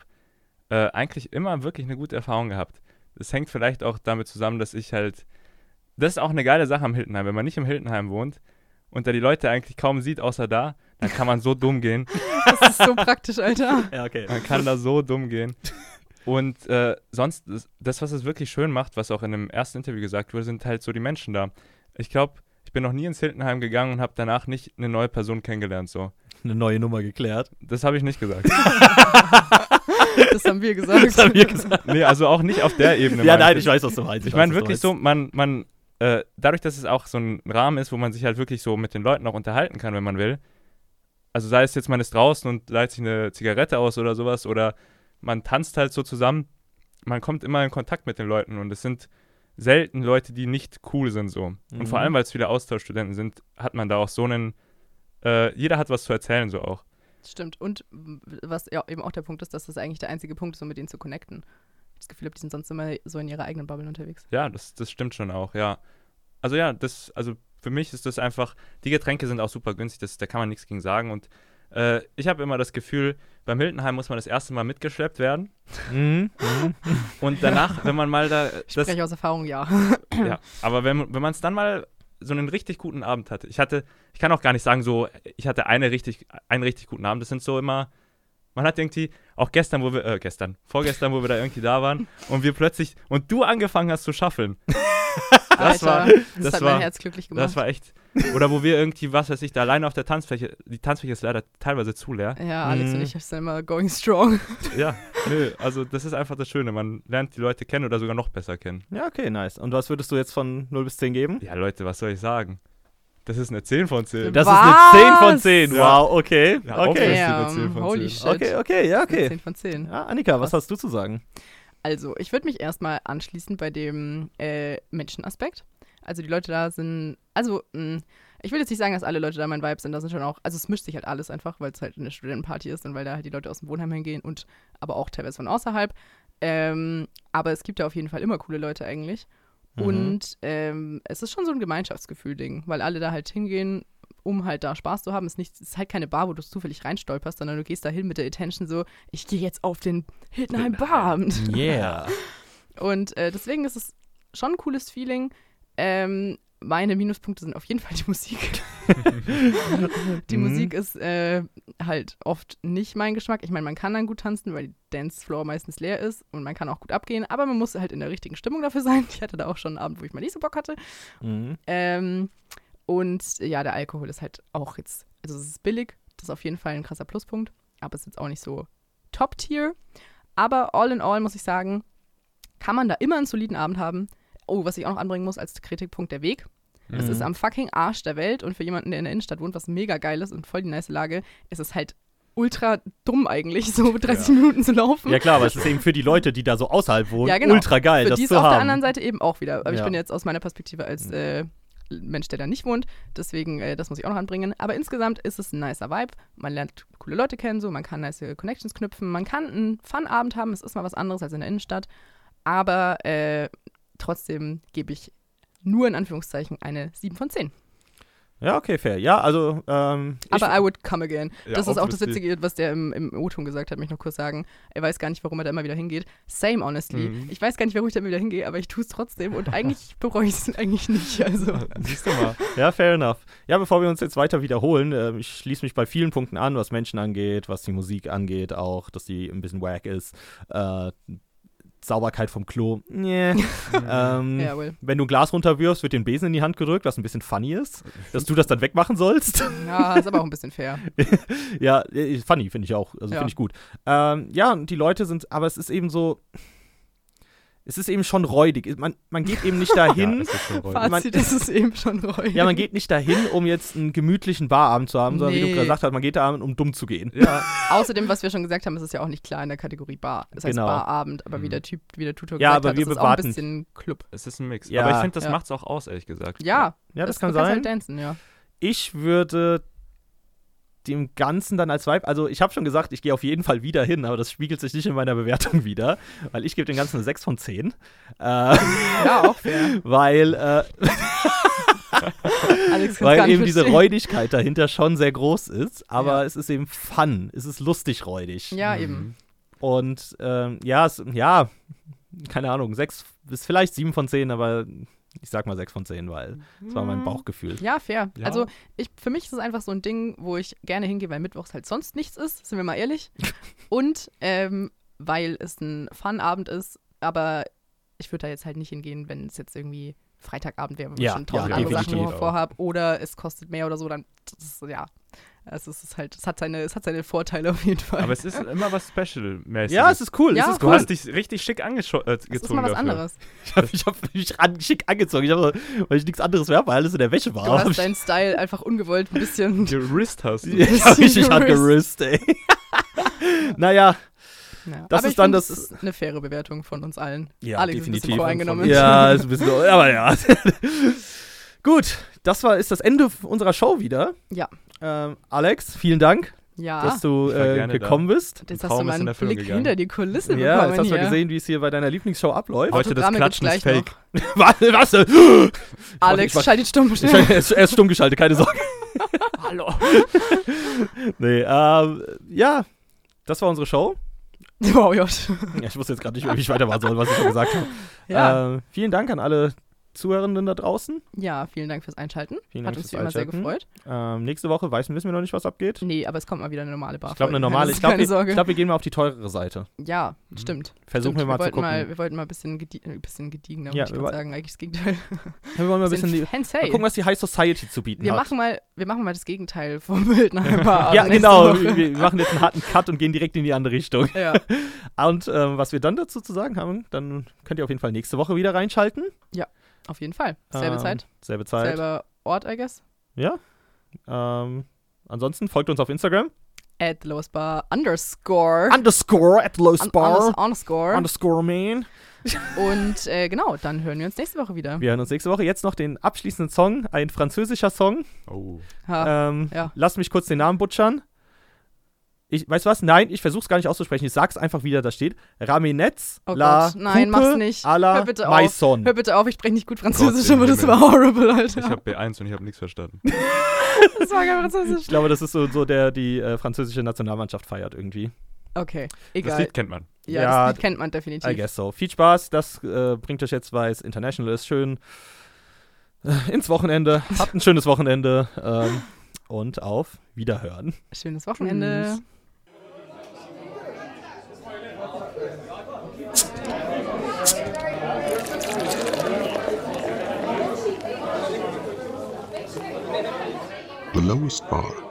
äh, eigentlich immer wirklich eine gute Erfahrung gehabt. Das hängt vielleicht auch damit zusammen, dass ich halt, das ist auch eine geile Sache am Hildenheim. Wenn man nicht im Hildenheim wohnt und da die Leute eigentlich kaum sieht, außer da, dann kann man so dumm gehen. Das ist so praktisch, Alter. Ja, okay. Man kann da so dumm gehen. Und äh, sonst, ist- das, was es wirklich schön macht, was auch in dem ersten Interview gesagt wurde, sind halt so die Menschen da. Ich glaube, ich bin noch nie ins Hildenheim gegangen und habe danach nicht eine neue Person kennengelernt. So, Eine neue Nummer geklärt. das habe ich nicht gesagt. Das haben wir gesagt. Das haben wir gesagt. nee, also auch nicht auf der Ebene. Ja, meine nein, ich weiß, was du meinst. Ich weiß, meine was du wirklich so, meinst. man, man, äh, dadurch, dass es auch so ein Rahmen ist, wo man sich halt wirklich so mit den Leuten auch unterhalten kann, wenn man will. Also sei es jetzt, man ist draußen und leiht sich eine Zigarette aus oder sowas oder man tanzt halt so zusammen. Man kommt immer in Kontakt mit den Leuten und es sind selten Leute, die nicht cool sind so. Mhm. Und vor allem, weil es viele Austauschstudenten sind, hat man da auch so einen, äh, jeder hat was zu erzählen so auch. Stimmt. Und w- was ja eben auch der Punkt ist, dass das eigentlich der einzige Punkt ist, um mit ihnen zu connecten. Ich hab das Gefühl, hab, die sind sonst immer so in ihrer eigenen Bubble unterwegs. Ja, das, das stimmt schon auch, ja. Also ja, das, also für mich ist das einfach, die Getränke sind auch super günstig, das, da kann man nichts gegen sagen. Und äh, ich habe immer das Gefühl, beim Hildenheim muss man das erste Mal mitgeschleppt werden. Und danach, wenn man mal da. Mhm. Ich das- spreche aus Erfahrung, ja. ja, aber wenn, wenn man es dann mal so einen richtig guten Abend hatte, ich hatte, ich kann auch gar nicht sagen, so, ich hatte eine richtig, einen richtig guten Abend. Das sind so immer, man hat irgendwie, auch gestern, wo wir, äh, gestern, vorgestern, wo wir da irgendwie da waren und wir plötzlich, und du angefangen hast zu schaffeln. Das Alter, war, das das, hat mein war, Herz glücklich Das gemacht. war echt. Oder wo wir irgendwie, was weiß ich, da alleine auf der Tanzfläche, die Tanzfläche ist leider teilweise zu leer. Ja, Alex und Mm. ich sind immer going strong. Ja, nö, also das ist einfach das Schöne. Man lernt die Leute kennen oder sogar noch besser kennen. Ja, okay, nice. Und was würdest du jetzt von 0 bis 10 geben? Ja, Leute, was soll ich sagen? Das ist eine 10 von 10. Das Was? ist eine 10 von 10. Wow, okay. Ja, auch okay. das ist eine 10 von holy 10. shit. Okay, okay, ja, Das ist eine okay. 10 von 10. Ja, Annika, was hast du zu sagen? Also, ich würde mich erstmal anschließen bei dem äh, Menschenaspekt. Also, die Leute da sind, also, mh, ich will jetzt nicht sagen, dass alle Leute da mein Vibe sind, da sind schon auch, also es mischt sich halt alles einfach, weil es halt eine Studentenparty ist und weil da halt die Leute aus dem Wohnheim hingehen und aber auch teilweise von außerhalb. Ähm, aber es gibt da auf jeden Fall immer coole Leute eigentlich. Mhm. Und ähm, es ist schon so ein Gemeinschaftsgefühl-Ding, weil alle da halt hingehen, um halt da Spaß zu haben. Es ist, nicht, es ist halt keine Bar, wo du zufällig reinstolperst, sondern du gehst da hin mit der Intention so, ich gehe jetzt auf den Hittenheim Barabend. Yeah. Und äh, deswegen ist es schon ein cooles Feeling. Ähm, meine Minuspunkte sind auf jeden Fall die Musik. die Mhm. Musik ist äh, halt oft nicht mein Geschmack. Ich meine, man kann dann gut tanzen, weil die Dancefloor meistens leer ist und man kann auch gut abgehen, aber man muss halt in der richtigen Stimmung dafür sein. Ich hatte da auch schon einen Abend, wo ich mal nicht so Bock hatte. Mhm. Ähm, und äh, ja, der Alkohol ist halt auch jetzt, also es ist billig, das ist auf jeden Fall ein krasser Pluspunkt, aber es ist jetzt auch nicht so Top-Tier. Aber all in all muss ich sagen, kann man da immer einen soliden Abend haben. Oh, was ich auch noch anbringen muss als Kritikpunkt, der Weg. Es ist am fucking Arsch der Welt und für jemanden, der in der Innenstadt wohnt, was mega geil ist und voll die nice Lage, ist es halt ultra dumm eigentlich, so 30 Minuten zu laufen. Ja klar, aber es ist eben für die Leute, die da so außerhalb wohnen, Ja, genau. ultra geil, Für das die ist zu auf haben. der anderen Seite eben auch wieder. Aber ich Ja. Mhm. bin jetzt aus meiner Perspektive als äh, Mensch, der da nicht wohnt. Deswegen, äh, das muss ich auch noch anbringen. Aber insgesamt ist es ein nicer Vibe. Man lernt coole Leute kennen, so man kann nice Connections knüpfen. Man kann einen Fun-Abend haben. Es ist mal was anderes als in der Innenstadt. Aber äh, trotzdem gebe ich nur in Anführungszeichen eine 7 von 10. Ja, okay, fair. Ja, also ähm, ich, Aber I would come again. Ja, das ist auch das obviously. Witzige, was der im, im O-Ton gesagt hat, mich noch kurz sagen. Er weiß gar nicht, warum er da immer wieder hingeht. Same, honestly. Mhm. Ich weiß gar nicht, warum ich da immer wieder hingehe, aber ich tue es trotzdem und eigentlich bereue ich es eigentlich nicht. Also, Siehst du mal. ja, fair enough. Ja, bevor wir uns jetzt weiter wiederholen, ähm, ich schließe mich bei vielen Punkten an, was Menschen angeht, was die Musik angeht, auch, dass die ein bisschen wack ist. Äh, Sauberkeit vom Klo. Nee. ähm, ja, well. Wenn du ein Glas runterwirfst, wird dir ein Besen in die Hand gedrückt, was ein bisschen funny ist, dass du das dann wegmachen sollst. Ja, ist aber auch ein bisschen fair. ja, äh, funny finde ich auch. Also Ja. finde ich gut. Ähm, ja, und die Leute sind, aber es ist eben so. Es ist eben schon räudig. Man, man geht eben nicht dahin. ist schon räudig. Fazit ist es eben schon reuig. Ja, man geht nicht dahin, um jetzt einen gemütlichen Barabend zu haben, sondern wie Nee. du gesagt hast, man geht da, um dumm zu gehen. Außerdem, was wir schon gesagt haben, ist es ja auch nicht klar in der Kategorie Bar. Es heißt Genau. Barabend, aber wie der Typ, wie der Tutor Ja, gesagt aber hat, wir es ist auch ein bewerten- bisschen Club. Es ist ein Mix. Ja. Aber ich finde, das Ja. macht's auch aus, ehrlich gesagt. Ja, Ja, das es- kann du kannst sein. Halt dancen, ja. Ich würde dem Ganzen dann als Vibe, also ich habe schon gesagt, ich gehe auf jeden Fall wieder hin, aber das spiegelt sich nicht in meiner Bewertung wieder, weil ich gebe dem Ganzen eine 6 von 10. Äh, ja, auch fair. Weil äh, Alex kann's gar Weil nicht eben diese verstehen. Räudigkeit dahinter schon sehr groß ist, aber Ja. es ist eben fun, es ist lustig räudig. Ja, eben. Und ähm, ja, es, ja, keine Ahnung, sechs ist vielleicht sieben von zehn, aber ich sag mal sechs von zehn, weil das war Mhm. mein Bauchgefühl. Ja, fair. Ja. Also ich, für mich ist es einfach so ein Ding, wo ich gerne hingehe, weil Mittwochs halt sonst nichts ist, sind wir mal ehrlich. Und ähm, weil es ein Fun-Abend ist, aber ich würde da jetzt halt nicht hingehen, wenn es jetzt irgendwie Freitagabend wäre, wo Ja, ich schon tausend ja, andere Sachen definitiv. vorhabe oder es kostet mehr oder so, dann das ist, ja. Es ist halt, es hat seine, es hat seine Vorteile auf jeden Fall. Aber es ist immer was Special-mäßiges. Ja, es ist cool, Ja, es ist Du cool. hast dich richtig schick angezogen. Äh, es ist mal was anderes. Ich hab, ich hab mich an, schick angezogen, ich hab, so- weil ich nichts anderes mehr hab, weil alles in der Wäsche war. Du Hab hast ich- deinen Style einfach ungewollt ein bisschen. Gerist hast du. ich hab mich nicht angerisst, ey. naja, Ja. Das Aber ist ich dann finde, das. das ist eine faire Bewertung von uns allen. ja, Alex definitiv. ist ein bisschen voreingenommen. Ja, ist ein bisschen. Aber ja. Gut, das war, ist das Ende unserer Show wieder. Ja. Ah. Ähm, Alex, vielen Dank, Ja. dass du Ich war äh, gerne da. gekommen bist. Jetzt hast Traum du ist mal in einen Erfüllung Blick gegangen. hinter die Kulisse Ja, bekommen jetzt hast du hier. mal gesehen, wie es hier bei deiner Lieblingsshow abläuft. Heute das Autogramme gibt's Klatschen ist gleich noch. fake. Warte, was? Ich Alex, war- schaltet stumm Ich, schnell. er, ist, er ist stumm geschaltet, keine Sorge. Hallo. nee, ähm, ja, das war unsere Show. Wow, Josh. Ja, Ich wusste jetzt gerade nicht, mehr, wie ich weitermachen soll, was ich schon gesagt habe. Ja. Ähm, vielen Dank an alle Zuhörenden da draußen. ja, vielen Dank fürs Einschalten. Vielen Hat Dank uns fürs wie immer sehr Einschalten. gefreut. Ähm, nächste Woche weiß, wissen wir noch nicht, was abgeht. Nee, aber es kommt mal wieder eine normale Bar. Ich glaube, eine normale. Ich glaube, keine wir, Sorge. ich glaub, wir gehen mal auf die teurere Seite. ja, stimmt. Versuchen stimmt. wir mal zu wollten gucken. Mal, wir wollten mal ein bisschen, gedie äh, bisschen gediegener, Ja, ja, ich wir grad woll- sagen. Eigentlich das Gegenteil. wir wollen mal ein bisschen. Die, Bisschen mal fancy. gucken, was die High Society zu bieten wir, hat. machen mal, wir machen mal das Gegenteil vom Bildner Bar. ja, nächste genau. Woche. Wir, wir machen jetzt einen harten Cut und gehen direkt in die andere Richtung. Ja. Und ähm, was wir dann dazu zu sagen haben, dann könnt ihr auf jeden Fall nächste Woche wieder reinschalten. Auf jeden Fall. Selbe ähm, Zeit, Selbe Zeit. selber Ort, I guess. Ähm, ansonsten folgt uns auf Instagram. At the lowest bar underscore. Underscore at Un- lowspar. unders- underscore. Underscore man. Und äh, genau, dann hören wir uns nächste Woche wieder. Wir hören uns nächste Woche. Jetzt noch den abschließenden Song, ein französischer Song. Oh. Ha. Ähm, Ah, ja. Lass mich kurz den Namen butschern. Ich, weißt du was? Nein, ich versuch's gar nicht auszusprechen. Ich sag's einfach, wie der da steht. Raminetz Oh la Gott, nein, Coupe mach's nicht. à la Hör bitte auf. Maison. Hör bitte auf, ich spreche nicht gut Französisch, im aber das Himmel. war horrible, Alter. Ich habe B1 und ich habe nichts verstanden. das war kein Französisch. Ich glaube, das ist so, so der die äh, französische Nationalmannschaft feiert irgendwie. Okay, Das egal. Lied kennt man. ja, Ja, das Lied kennt man I definitiv. guess so. Viel Spaß. Das äh, bringt euch jetzt, weil es international ist, schön äh, ins Wochenende. Habt ein schönes Wochenende ähm, und auf Wiederhören. Schönes Wochenende. The lowest bar.